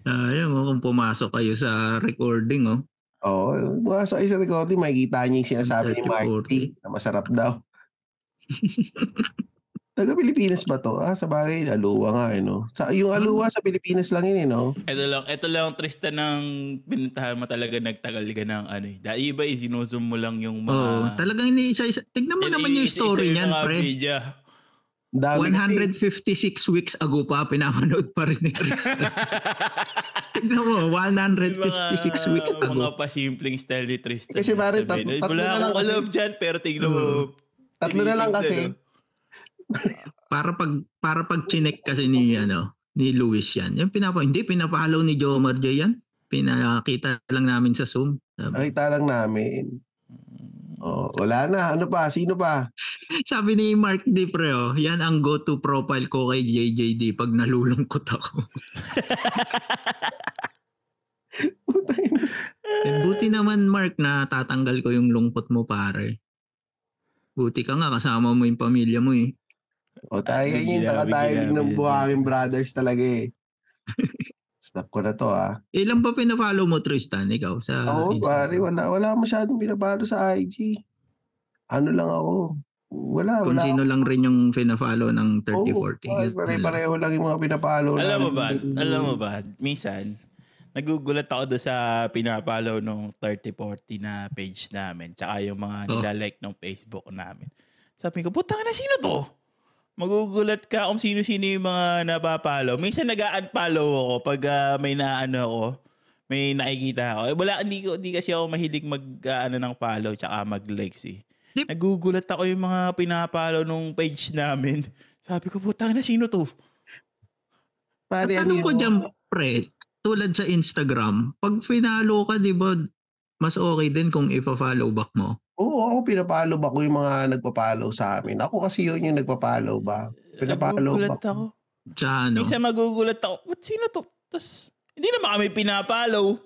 [SPEAKER 3] Ayun, oh, kung pumasok kayo sa recording, oh.
[SPEAKER 1] Oo, oh, bukas sa isang recording, makikita niya yung sinasabi ni Marty na masarap
[SPEAKER 3] (laughs)
[SPEAKER 1] daw. Taga Pilipinas ba to? Ah, sa bagay, aluwa nga eh, no? Sa, yung
[SPEAKER 3] Ano?
[SPEAKER 1] aluwa sa Pilipinas lang yun eh, no?
[SPEAKER 2] Ito lang, ito lang Tristan ng pinuntahan mo talaga nagtagal ka ng ano eh. Dahil iba eh, sinusum mo lang yung mga...
[SPEAKER 3] Oo, talagang iniisa-isa. Tignan mo
[SPEAKER 2] Ini-
[SPEAKER 3] naman yung
[SPEAKER 2] isa-isa
[SPEAKER 3] story niyan,
[SPEAKER 2] mga
[SPEAKER 3] pre.
[SPEAKER 2] media.
[SPEAKER 1] Ang Dami kasi.
[SPEAKER 3] 156 weeks ago pa, pinapanood pa rin
[SPEAKER 2] (laughs)
[SPEAKER 3] ni Tristan. Tignan mo,
[SPEAKER 2] Yung mga,
[SPEAKER 3] 156 weeks
[SPEAKER 2] mga
[SPEAKER 3] ago.
[SPEAKER 2] pasimpleng style ni Tristan.
[SPEAKER 1] Kasi pare, tatlo-
[SPEAKER 2] Sabihin, "Ay,
[SPEAKER 1] tatlo
[SPEAKER 2] Wala
[SPEAKER 1] na lang
[SPEAKER 2] akong
[SPEAKER 1] kasi- Mm.
[SPEAKER 2] alam dyan, pero tignan mo.
[SPEAKER 1] Tatlo na lang kasi.
[SPEAKER 3] eh, Para pag para pag chinek kasi ni ano ni Luis yan. Yung pinapa hindi pinapalo ni Jomar J yan. Pinakita lang namin sa Zoom. Sabi,
[SPEAKER 1] Nakita lang namin. Oh, wala na. Ano pa? Sino pa?
[SPEAKER 3] sabi ni Mark D. Pre, oh, yan ang go-to profile ko kay JJD pag nalulungkot ako.
[SPEAKER 1] Putang ina.
[SPEAKER 3] Eh, buti naman Mark na tatanggal ko yung lungkot mo pare. Buti ka nga kasama mo yung pamilya mo eh.
[SPEAKER 1] o tayo
[SPEAKER 2] Bigla,
[SPEAKER 1] yun. Taka
[SPEAKER 2] bigla,
[SPEAKER 1] tayo ng
[SPEAKER 2] bigla.
[SPEAKER 1] buhangin brothers talaga eh.
[SPEAKER 3] (laughs)
[SPEAKER 1] Stop ko na to ah.
[SPEAKER 3] Ilan ba pinapalo mo Tristan ikaw sa
[SPEAKER 1] Oo,
[SPEAKER 3] Instagram?
[SPEAKER 1] pare. Wala, wala masyadong pinapalo sa IG. Ano lang ako. Wala,
[SPEAKER 3] Kung
[SPEAKER 1] wala.
[SPEAKER 3] sino lang rin yung pinapalo ng
[SPEAKER 1] Oo,
[SPEAKER 3] 3040.
[SPEAKER 1] pare, pare-pareho lang yung mga pinapalo.
[SPEAKER 2] Alam mo
[SPEAKER 1] namin.
[SPEAKER 2] ba? Alam mo ba? Minsan, nagugulat ako doon sa pinapalo nung 3040 na page namin. Tsaka yung mga
[SPEAKER 3] Oh.
[SPEAKER 2] nilalike ng Facebook namin. Sabi ko, putang na sino to? Magugulat ka kung sino-sino yung mga napapalo. Minsan nag-unfollow ako pag ah, may naano ako. May nakikita ako. Eh, wala, hindi, ko, hindi kasi ako mahilig mag ah, ano, ng follow tsaka mag-likes eh.
[SPEAKER 3] Di-
[SPEAKER 2] Nagugulat ako yung mga pinapalo nung page namin. Sabi ko, putang na sino to?
[SPEAKER 1] Pare, ano
[SPEAKER 3] Ang tanong ko
[SPEAKER 1] yun?
[SPEAKER 3] dyan, pre, tulad sa Instagram, pag finalo ka, di ba, mas okay din kung ipa-follow back mo.
[SPEAKER 1] Oo, ako pinapalo ba ko yung mga nagpapalo sa amin. Ako kasi yun yung nagpapalo ba. Pinapalo
[SPEAKER 2] Nagugulat
[SPEAKER 1] ba?
[SPEAKER 2] ako.
[SPEAKER 3] Sa ano,
[SPEAKER 2] Minsan magugulat ako. What, sino to? Tapos, hindi naman kami pinapalo.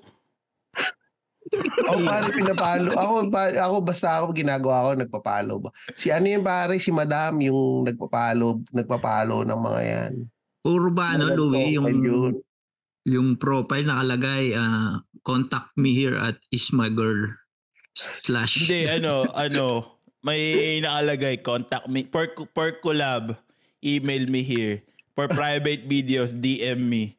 [SPEAKER 1] Ako pare pinapalo. Ako, ba, ako basta ako ginagawa ko nagpapalo ba. Si ano yung pare, si madam yung nagpapalo, nagpapalo ng mga yan.
[SPEAKER 3] puro ba ano,
[SPEAKER 1] Mga
[SPEAKER 3] Louie,
[SPEAKER 1] nagsokan
[SPEAKER 3] yung,
[SPEAKER 1] yun.
[SPEAKER 3] yung profile nakalagay, ah, contact me here at is my girl slash (laughs)
[SPEAKER 2] Hindi, ano, ano, may nakalagay, contact me, per, per collab, email me here. For private (laughs) videos, DM me.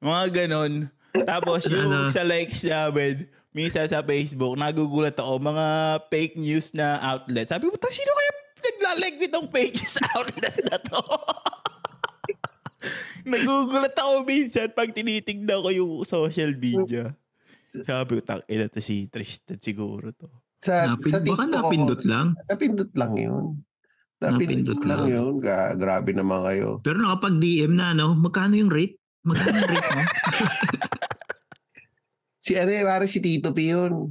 [SPEAKER 2] Mga ganon. Tapos yung
[SPEAKER 3] Ano?
[SPEAKER 2] sa likes namin, minsan sa Facebook, nagugulat ako, mga fake news na outlet. Sabi mo, "Tang, sino kaya nagla-like nitong fake news (laughs) outlet na to? (laughs) nagugulat ako minsan pag tinitignan ko yung social media. Sabi ko, tang, ina to si Tristan siguro to.
[SPEAKER 1] Sa,
[SPEAKER 3] Napin,
[SPEAKER 1] sa
[SPEAKER 3] baka
[SPEAKER 1] TikTok ako,
[SPEAKER 3] napindot lang.
[SPEAKER 1] napindot lang yun. Napindot,
[SPEAKER 3] Napindot
[SPEAKER 1] lang
[SPEAKER 3] lang.
[SPEAKER 1] yun. Gra- grabe naman kayo.
[SPEAKER 3] Pero nakapag-DM na, ano, magkano yung rate? Magkano yung rate mo?
[SPEAKER 1] Si ano yung pare, si Tito P
[SPEAKER 4] Ano
[SPEAKER 1] yun.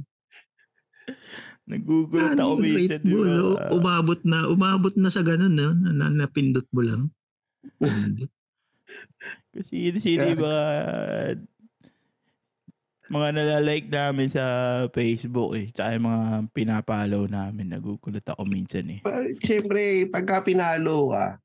[SPEAKER 2] Nagugulat
[SPEAKER 3] Magkano
[SPEAKER 2] ako
[SPEAKER 3] yung
[SPEAKER 2] minsan.
[SPEAKER 3] rate
[SPEAKER 2] di
[SPEAKER 3] mo?
[SPEAKER 2] ba?
[SPEAKER 3] no? Oh. Umabot na, umabot na sa ganun, no? Na, napindot mo lang.
[SPEAKER 1] (laughs)
[SPEAKER 2] Kasi sino yung mga mga nalalike namin sa Facebook eh. Tsaka yung mga pinapalaw namin. Nagugulat ako minsan eh.
[SPEAKER 1] Pare, Siyempre, pagka pinalo ka,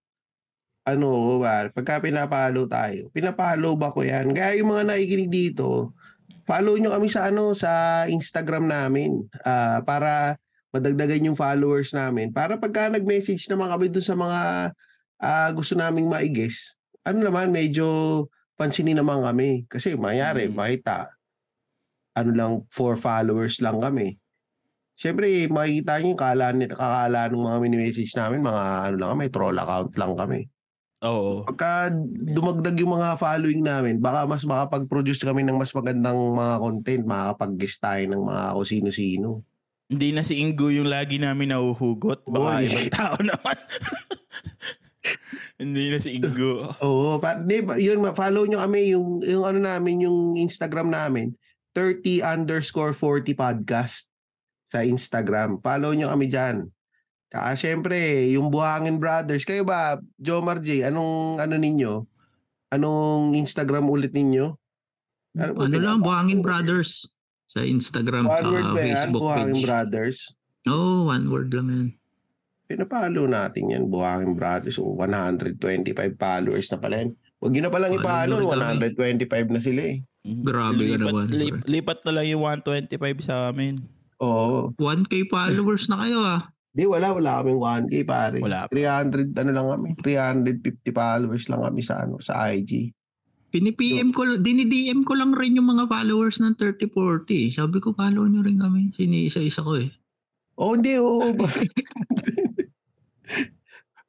[SPEAKER 1] ano, pare, pagka pinapalo tayo, pinapalo ba ko yan? Kaya yung mga nakikinig dito, follow nyo kami sa ano sa Instagram namin ah, para madagdagan yung followers namin. Para pagka nag-message naman kami dun sa mga ah, gusto naming ma-guess, ano naman, medyo pansinin naman kami. Kasi mayari,
[SPEAKER 2] Mm.
[SPEAKER 1] makita, ano lang, four followers lang kami. Siyempre, makikita nyo yung kala, kakala ng mga mini-message namin, mga ano lang kami, troll account lang kami.
[SPEAKER 2] Oo.
[SPEAKER 1] Pagka dumagdag yung mga following namin, baka mas makapag-produce kami ng mas magandang mga content, makakapag-guest tayo ng mga kung sino-sino.
[SPEAKER 2] Hindi na si Ingo yung lagi namin nauhugot. Baka
[SPEAKER 1] Oy.
[SPEAKER 2] ibang tao naman. (laughs) Hindi na si Ingo.
[SPEAKER 1] Oo, pa, di ba, yun, ma- follow nyo kami, yung, yung ano namin, yung Instagram namin, 30 underscore 40 podcast sa Instagram. Follow nyo kami dyan. Tsaka syempre, yung Buhangin Brothers, kayo ba, Jomar J, anong ano ninyo? Anong Instagram ulit ninyo? ba
[SPEAKER 4] Ano lang,
[SPEAKER 1] pinapa-
[SPEAKER 4] Buhangin Brothers sa Instagram,
[SPEAKER 1] One word
[SPEAKER 4] ah,
[SPEAKER 1] ba yan?
[SPEAKER 4] Facebook
[SPEAKER 1] Buhangin
[SPEAKER 4] page.
[SPEAKER 1] Brothers.
[SPEAKER 4] Oo, one word lang yan.
[SPEAKER 1] Pinapalo natin yan, Buhangin Brothers. Oh, So, 125 followers na pala yan. Huwag nyo na palang ipalo,
[SPEAKER 4] Follow na
[SPEAKER 1] 125 na sila eh.
[SPEAKER 4] Grabe ka naman,
[SPEAKER 2] lipat,
[SPEAKER 4] bro.
[SPEAKER 2] lip- lipat na lang yung 125 sa amin.
[SPEAKER 1] Oo.
[SPEAKER 4] 1K followers na kayo ah.
[SPEAKER 1] Di, wala. Wala kaming 1K, pare.
[SPEAKER 2] Wala.
[SPEAKER 1] 300, ano lang kami. 350 followers lang kami sa, ano, sa IG.
[SPEAKER 4] Pinipm ko, dinidm ko lang rin yung mga followers ng 3040. Sabi ko, follow nyo rin kami. Siniisa-isa ko eh.
[SPEAKER 1] Oo, hindi. Oo.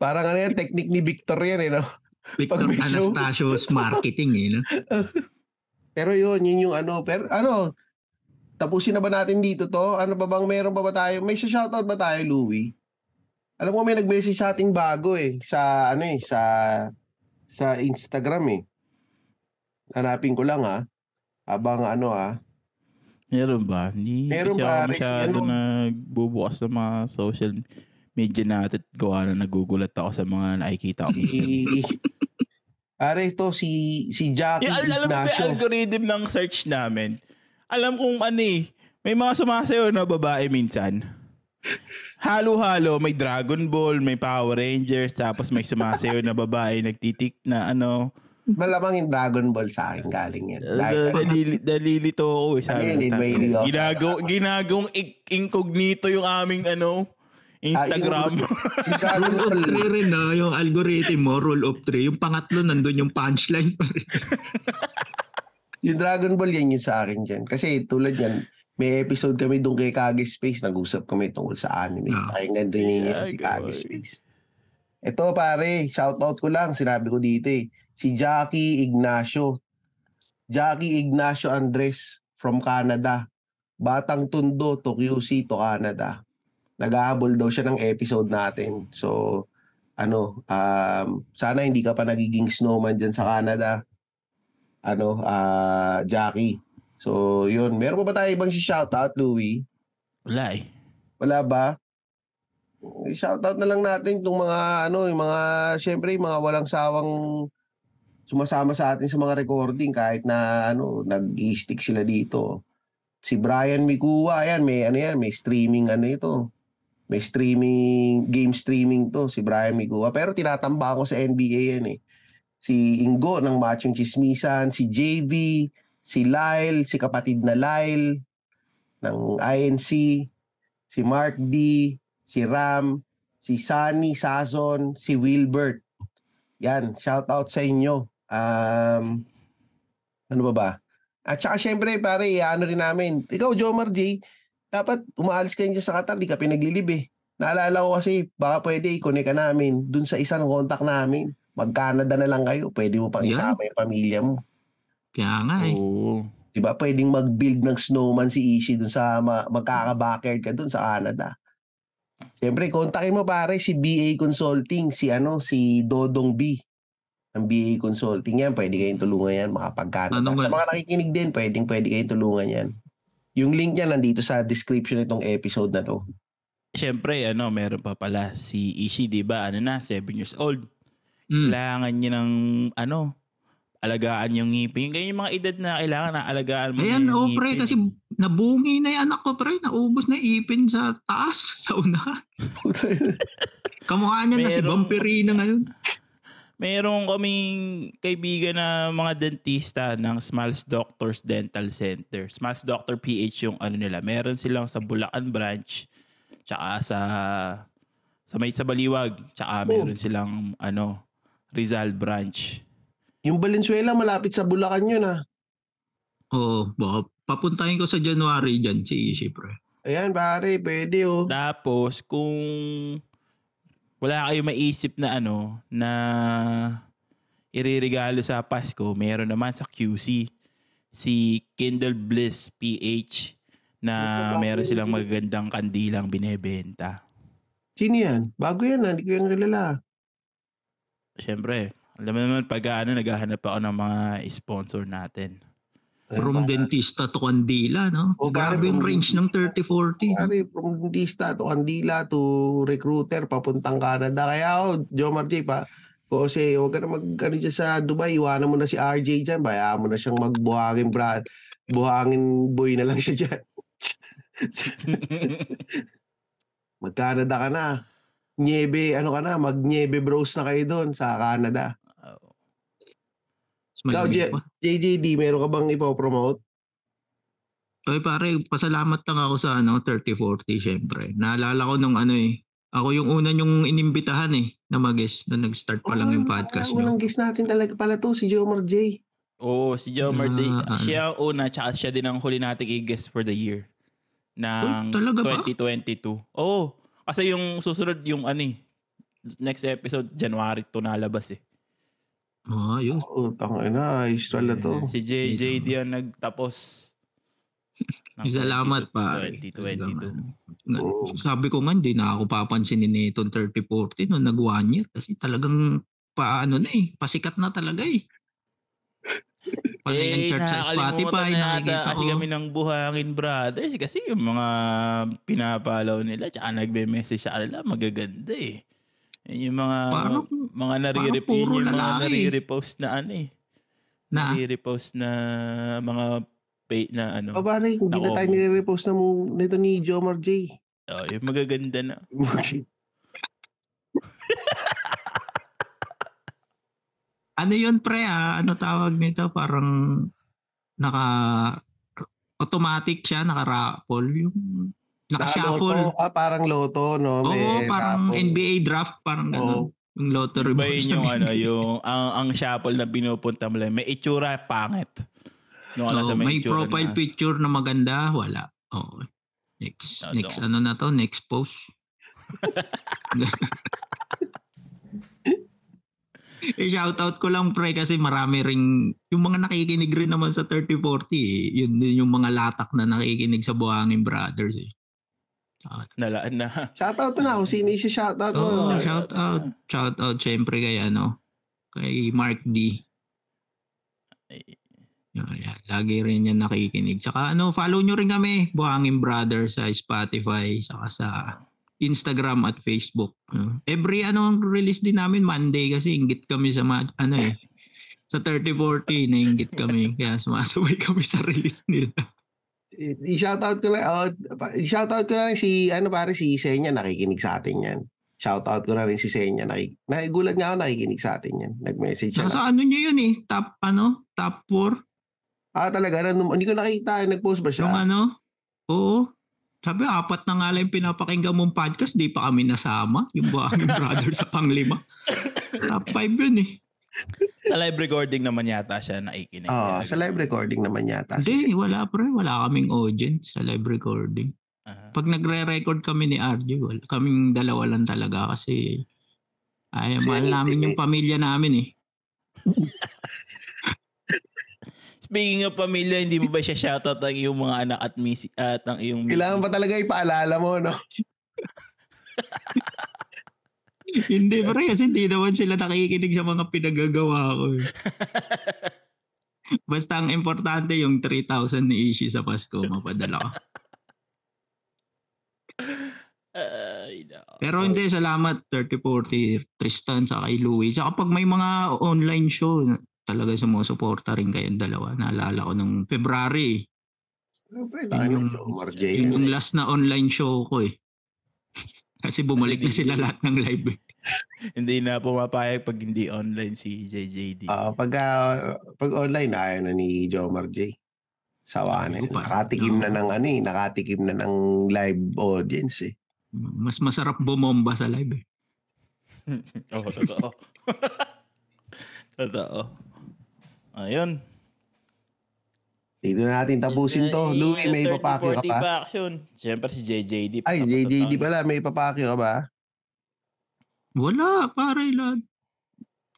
[SPEAKER 1] Parang ano yan, technique ni Victor yan eh, no?
[SPEAKER 4] Victor
[SPEAKER 1] Pag may show.
[SPEAKER 4] Anastasios Marketing eh.
[SPEAKER 1] (laughs)
[SPEAKER 4] No?
[SPEAKER 1] Pero yun, yun yung ano. Pero ano, tapusin na ba natin dito to? Ano ba bang meron pa ba tayo? May shoutout ba tayo, Louie? Alam ko may nag-message sa ating bago eh. Sa ano eh, sa sa Instagram eh. Hanapin ko lang ha. Habang ano ha.
[SPEAKER 2] Meron ba? Hindi
[SPEAKER 1] Meron
[SPEAKER 2] kasi
[SPEAKER 1] ba,
[SPEAKER 2] ako
[SPEAKER 1] Rex?
[SPEAKER 2] masyado
[SPEAKER 1] Ano?
[SPEAKER 2] nagbubukas ng mga social media natin. Gawa na nagugulat ako sa mga nakikita
[SPEAKER 1] (laughs)
[SPEAKER 2] ko. minsan.
[SPEAKER 1] Si- Pare, ito si si Jackie
[SPEAKER 2] Yeah, al- alam mo ba yung
[SPEAKER 1] Ignacio.
[SPEAKER 2] algorithm ng search namin? Alam kong ano eh, may mga sumasayo na babae minsan. Halo-halo, may Dragon Ball, may Power Rangers, tapos may sumasayo na babae nagtitik na ano.
[SPEAKER 1] Malamang yung Dragon Ball sa akin galing yan.
[SPEAKER 2] Dal-
[SPEAKER 1] Dahil- ah,
[SPEAKER 2] dalili- Dalilito ako eh. Sabi
[SPEAKER 1] Ano yun,
[SPEAKER 2] ko,
[SPEAKER 1] may
[SPEAKER 2] "Tangina,
[SPEAKER 1] iligaw sa-
[SPEAKER 2] Ginago, ginagong ig- incognito yung aming ano, Instagram.
[SPEAKER 1] Yung Dragon
[SPEAKER 4] Rule of
[SPEAKER 1] Ball.
[SPEAKER 4] 3 rin no? yung algorithm mo, rule of 3. Yung pangatlo, nandun yung punchline (laughs) pa rin.
[SPEAKER 1] Yung Dragon Ball yan yung sa akin dyan. Kasi tulad yan, may episode kami doon kay Kage Space, nag-usap kami tungkol sa anime.
[SPEAKER 4] Ah.
[SPEAKER 1] Ay, ganda niya si
[SPEAKER 2] Kage
[SPEAKER 1] Kage
[SPEAKER 2] Boy.
[SPEAKER 1] Space. Ito pare, shoutout ko lang, sinabi ko dito eh. Si Jackie Ignacio. Jackie Ignacio Andres from Canada. Batang Tundo to QC to Canada. Naghahabol daw siya ng episode natin. So, ano, um, sana hindi ka pa nagiging snowman dyan sa Canada. Ano, ah, Jackie. So, yun. Meron pa ba tayo ibang shoutout, Louie?
[SPEAKER 2] Wala eh.
[SPEAKER 1] (laughs) Wala ba? Eh, Shoutout na lang natin itong mga ano, yung mga syempre yung mga walang sawang sumasama sa atin sa mga recording kahit na ano, nag-stick sila dito. Si Brian Mikua, ayan, may ano yan, may streaming ano ito. May streaming, game streaming to, si Brian Mikua. Pero tinatamba ko sa NBA yan eh. Si Ingo ng Machong Chismisan, si JV, si Lyle, si kapatid na Lyle ng INC si Mark D, si Ram, si Sunny Sazon, si Wilbert. Yan, shout out sa inyo. Um, ano ba ba? At saka syempre pare, ano rin namin. Ikaw, Jomar J, dapat umaalis ka rin dyan sa Qatar, di ka pinaglilib eh. Naalala ko kasi, baka pwede i-connect ka namin dun sa isang contact namin. Mag-Canada na lang kayo, pwede mo pang
[SPEAKER 4] Yan.
[SPEAKER 1] isama yung pamilya mo.
[SPEAKER 4] Kaya nga
[SPEAKER 1] Oh.
[SPEAKER 4] eh.
[SPEAKER 2] Oo.
[SPEAKER 1] Di ba? Pwedeng mag-build ng snowman si Ishi dun sa ma- magkaka-backyard ka dun sa Canada. Siyempre, kontakin mo pare si BA Consulting, si ano, si Dodong B. Ang BA Consulting yan, pwede kayong tulungan yan, makapag-Canada.
[SPEAKER 4] Ano nga?
[SPEAKER 1] Sa mga nakikinig din, pwedeng pwede kayong tulungan yan. Yung link niya nandito sa description nitong episode na
[SPEAKER 4] (laughs)
[SPEAKER 1] to.
[SPEAKER 2] Siyempre, ano, meron pa pala si Ishi, di ba? Ano na, 7 years old.
[SPEAKER 4] Mm.
[SPEAKER 2] kailangan niya ng ano, alagaan yung ngipin. Ganyan yung mga edad na kailangan na alagaan mo
[SPEAKER 4] Ayan,
[SPEAKER 2] na
[SPEAKER 1] Mm,
[SPEAKER 2] yung
[SPEAKER 4] oh pre,
[SPEAKER 2] ngipin.
[SPEAKER 4] kasi nabungi na yung anak ko pre. Naubos na yung ipin sa taas,
[SPEAKER 3] (laughs)
[SPEAKER 4] sa una. Kamukha niya na si
[SPEAKER 2] Merong-
[SPEAKER 4] Vampirina ngayon.
[SPEAKER 2] Meron kaming kaibigan na mga dentista ng Smiles Doctors Dental Center. Smiles Doctor PH yung ano nila. Meron silang sa Bulacan branch, tsaka sa sa may sa Baliwag, tsaka
[SPEAKER 1] Oh.
[SPEAKER 2] meron silang ano, Rizal branch.
[SPEAKER 1] Yung Valenzuela, malapit sa Bulacan yun ah.
[SPEAKER 3] Oh,
[SPEAKER 4] Oo, baka papuntahin ko sa January dyan si Ishi pre.
[SPEAKER 1] Ayan pare, pwede oh.
[SPEAKER 2] Tapos kung wala kayo maisip na ano na iririgalo sa Pasko, meron naman sa QC si Kindle Bliss PH na meron silang magagandang kandilang binebenta.
[SPEAKER 1] Sino yan? Bago yan, ah, hindi ko yan kilala.
[SPEAKER 2] Siyempre, alam mo naman pag ano, naghahanap ako ng mga sponsor natin.
[SPEAKER 3] From dentista to Candila, no?
[SPEAKER 1] Oh,
[SPEAKER 3] Grabe yung
[SPEAKER 1] parang-
[SPEAKER 3] range ng 30-40. no?
[SPEAKER 1] Pare, from dentista to Andila to recruiter papuntang Canada. Kaya ako, Jomar J, pa, Jose, huwag ka na mag ano dyan sa Dubai. Iwanan mo na si RJ dyan. Bayaan mo na siyang magbuhangin, bra. Buhangin boy na lang siya dyan. Mag-Canada ka na. Niebe, ano ka na, mag-Niebe bros na kayo doon sa Canada.
[SPEAKER 3] Mas malamig
[SPEAKER 1] Claudia.
[SPEAKER 3] pa.
[SPEAKER 1] JJD, meron ka bang ipopromote?
[SPEAKER 3] Oy pare, pasalamat lang ako sa ano 3040 syempre. Naalala ko nung ano eh. Ako yung una yung inimbitahan eh na mag-guest na nag-start pa lang
[SPEAKER 1] Oo,
[SPEAKER 3] yung
[SPEAKER 1] ano,
[SPEAKER 3] podcast
[SPEAKER 1] wala-
[SPEAKER 3] nyo.
[SPEAKER 1] Walang guest natin talaga pala to, si Jomar J.
[SPEAKER 2] Oo, si Jomar Day.
[SPEAKER 3] Ah, ano.
[SPEAKER 2] Siya ang una, tsaka siya din ang huli nating i-guest for the year ng
[SPEAKER 3] Uy, talaga ba?
[SPEAKER 2] 2022. Oo. Kasi yung susunod, yung ano eh, next episode, January to nalabas eh.
[SPEAKER 3] Ah, yun.
[SPEAKER 1] Oh, tanga na, ayos pala to.
[SPEAKER 2] Si JJ
[SPEAKER 3] Dito.
[SPEAKER 2] Dian nagtapos. ng
[SPEAKER 3] Salamat pa.
[SPEAKER 2] 2022.
[SPEAKER 1] Oo.
[SPEAKER 3] Sabi ko nga, hindi na ako papansinin ni itong 3040 nung nag-one year kasi talagang paano na eh. Pasikat na talaga eh. Pala yung
[SPEAKER 2] Eh,
[SPEAKER 3] church sa
[SPEAKER 2] nakakalimutan
[SPEAKER 3] Spotify,
[SPEAKER 2] na yata
[SPEAKER 3] nakikita
[SPEAKER 2] kasi
[SPEAKER 3] ko.
[SPEAKER 2] kami ng Buhangin Brothers kasi yung mga pinapalaw nila tsaka nagbe-message sa kanila magaganda eh. Yun Yung mga
[SPEAKER 3] Parang-
[SPEAKER 2] mga narire-repost
[SPEAKER 3] puro
[SPEAKER 2] yung mga
[SPEAKER 3] lalaki. Ah.
[SPEAKER 2] narire-repost na ano eh.
[SPEAKER 3] Na?
[SPEAKER 2] Narire-repost na mga pay na ano.
[SPEAKER 1] O
[SPEAKER 3] Oh,
[SPEAKER 1] pare, hindi na
[SPEAKER 2] Nako.
[SPEAKER 1] tayo nire-repost na mo nito ni Jomar J.
[SPEAKER 2] Oh, yung magaganda na.
[SPEAKER 3] Ano yun pre ah? Ano tawag nito? Parang naka automatic siya, naka-raffle yung naka-shuffle.
[SPEAKER 1] Loto, ah, parang loto, no?
[SPEAKER 3] Oo,
[SPEAKER 1] May
[SPEAKER 3] parang
[SPEAKER 1] raffle.
[SPEAKER 3] NBA draft, parang ganun. Yung lottery
[SPEAKER 2] Ba yun
[SPEAKER 3] balls
[SPEAKER 2] yung
[SPEAKER 3] na
[SPEAKER 2] ano, yung ang, ang shuffle na pinupunta mo lang, may itsura pangit. No, alam
[SPEAKER 3] Oo,
[SPEAKER 2] sa
[SPEAKER 3] Oh, may
[SPEAKER 2] itsura
[SPEAKER 3] profile
[SPEAKER 2] na.
[SPEAKER 3] picture na maganda, wala. Oo. Next,
[SPEAKER 2] Totoo.
[SPEAKER 3] next ano na to? Next
[SPEAKER 2] (laughs)
[SPEAKER 3] post. eh, shout out ko lang pre kasi marami ring yung mga nakikinig rin naman sa 3040 eh, yun din yung mga latak na nakikinig sa Buhangin Brothers eh.
[SPEAKER 2] Nalaan na. (laughs)
[SPEAKER 1] Shoutout na ako. Sino yung shoutout mo?
[SPEAKER 3] Oh,
[SPEAKER 2] Oo,
[SPEAKER 3] shout out, shout out syempre kay ano, kay Mark D. Yun, yan. Lagi rin yan nakikinig. Saka ano, follow nyo rin kami, Buhangin Brothers sa Spotify, saka sa Instagram at Facebook. Ano. Every ano ang release din namin Monday kasi inggit kami sa ma- ano eh. Sa 3040 nainggit kami kaya sumasabay kami sa release nila.
[SPEAKER 1] I-shoutout ko na. Oh, pa- i-shoutout ko na rin si, ano pare, si Senya. Nakikinig sa atin yan. Shoutout ko na rin si Senya. Nakik- Nagulat nga ako nakikinig sa atin yan. Nag-message siya.
[SPEAKER 3] Nasa ano nyo yun eh, top ano, top 4
[SPEAKER 1] Ah, talaga. Random. Hindi ko nakita. Nag-post ba siya?
[SPEAKER 3] Yung ano? Oo. Sabi, apat na nga lang yung pinapakinggan mong podcast, di pa kami nasama. Yung Buangin Brothers sa panglima. Top 5 yun eh.
[SPEAKER 2] sa live recording naman yata siya naikinig.
[SPEAKER 3] Ah,
[SPEAKER 1] Oo,
[SPEAKER 2] Talaga.
[SPEAKER 1] Ah, sa live recording naman yata.
[SPEAKER 3] ano, Hindi, wala pre. Wala kaming audience sa live recording.
[SPEAKER 2] Ah.
[SPEAKER 3] Pag nagre-record kami ni RJ, wala. kaming dalawa lang talaga kasi ay,
[SPEAKER 1] Kasi
[SPEAKER 3] mahal namin yung pamilya namin eh.
[SPEAKER 2] Speaking of pamilya, hindi mo ba siya shoutout ang iyong mga anak at miss at ang iyong
[SPEAKER 1] Kailangan pa talaga ipaalala mo, no?
[SPEAKER 3] hindi pre, kasi hindi naman sila nakikinig sa mga pinagagawa ko eh. Basta ang importante yung 3,000 ni Ishi sa Pasko, mapadala ko.
[SPEAKER 2] (laughs) Ay, nako.
[SPEAKER 3] Pero hindi, salamat 3040 Tristan sa kay Louie. Saka pag may mga online show, talaga sumusuporta rin kayong dalawa. Naalala ko nung February.
[SPEAKER 1] Siyempre,
[SPEAKER 3] Yun yung-
[SPEAKER 1] Jomar J.
[SPEAKER 3] Yun yung last na online show ko eh. (laughs) Kasi bumalik na sila lahat ng live. eh.
[SPEAKER 2] hindi na pumapayag pag hindi online si JJD.
[SPEAKER 1] Ah,
[SPEAKER 3] Mm.
[SPEAKER 1] pag ah, pag online ayaw na ni Jomar J. Sawanan.
[SPEAKER 3] Ayun pa.
[SPEAKER 1] Nakatikim na
[SPEAKER 3] Oo.
[SPEAKER 1] ng ano eh, nakatikim na ng live audience eh.
[SPEAKER 3] Mas masarap bumomba sa live. eh.
[SPEAKER 2] (laughs) Oo, totoo. totoo. Ayun.
[SPEAKER 1] Dito na natin tapusin to.
[SPEAKER 2] Ayun,
[SPEAKER 3] eh,
[SPEAKER 1] Louie, may
[SPEAKER 2] 30,
[SPEAKER 1] papakyo ka
[SPEAKER 2] 40
[SPEAKER 1] pa?
[SPEAKER 2] action. Siyempre si JJD.
[SPEAKER 1] Ay,
[SPEAKER 2] patapos sa
[SPEAKER 1] JJD
[SPEAKER 2] taon.
[SPEAKER 1] pala, may papakyo ka ba?
[SPEAKER 3] Wala, pare lahat.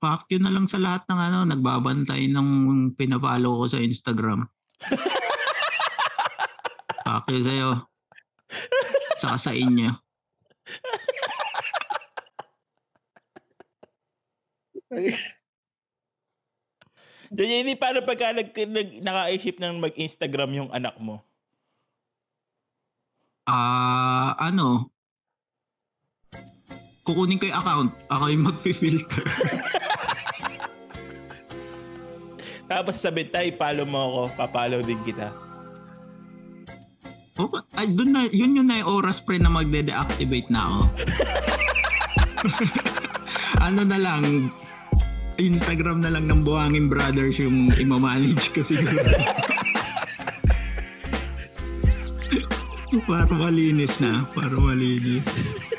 [SPEAKER 3] Fuck yun na lang sa lahat ng ano, nagbabantay ng pinapalo ko sa Instagram. Okay sa'yo. Saka sa inyo.
[SPEAKER 2] Yun, hindi paano pagka nag, nag, nakaisip ng mag-Instagram yung anak mo.
[SPEAKER 3] Ah, ano? Kukunin ko yung account. Ako yung magpi-filter.
[SPEAKER 2] Tapos sabi, tay, follow mo ako, papalo din kita.
[SPEAKER 3] Okay, ay, dun na, yun yun na yung oras pre na magde-deactivate na ako. ano na lang, Instagram na lang ng Buhangin Brothers yung imamanage ko siguro. para malinis na, para malinis.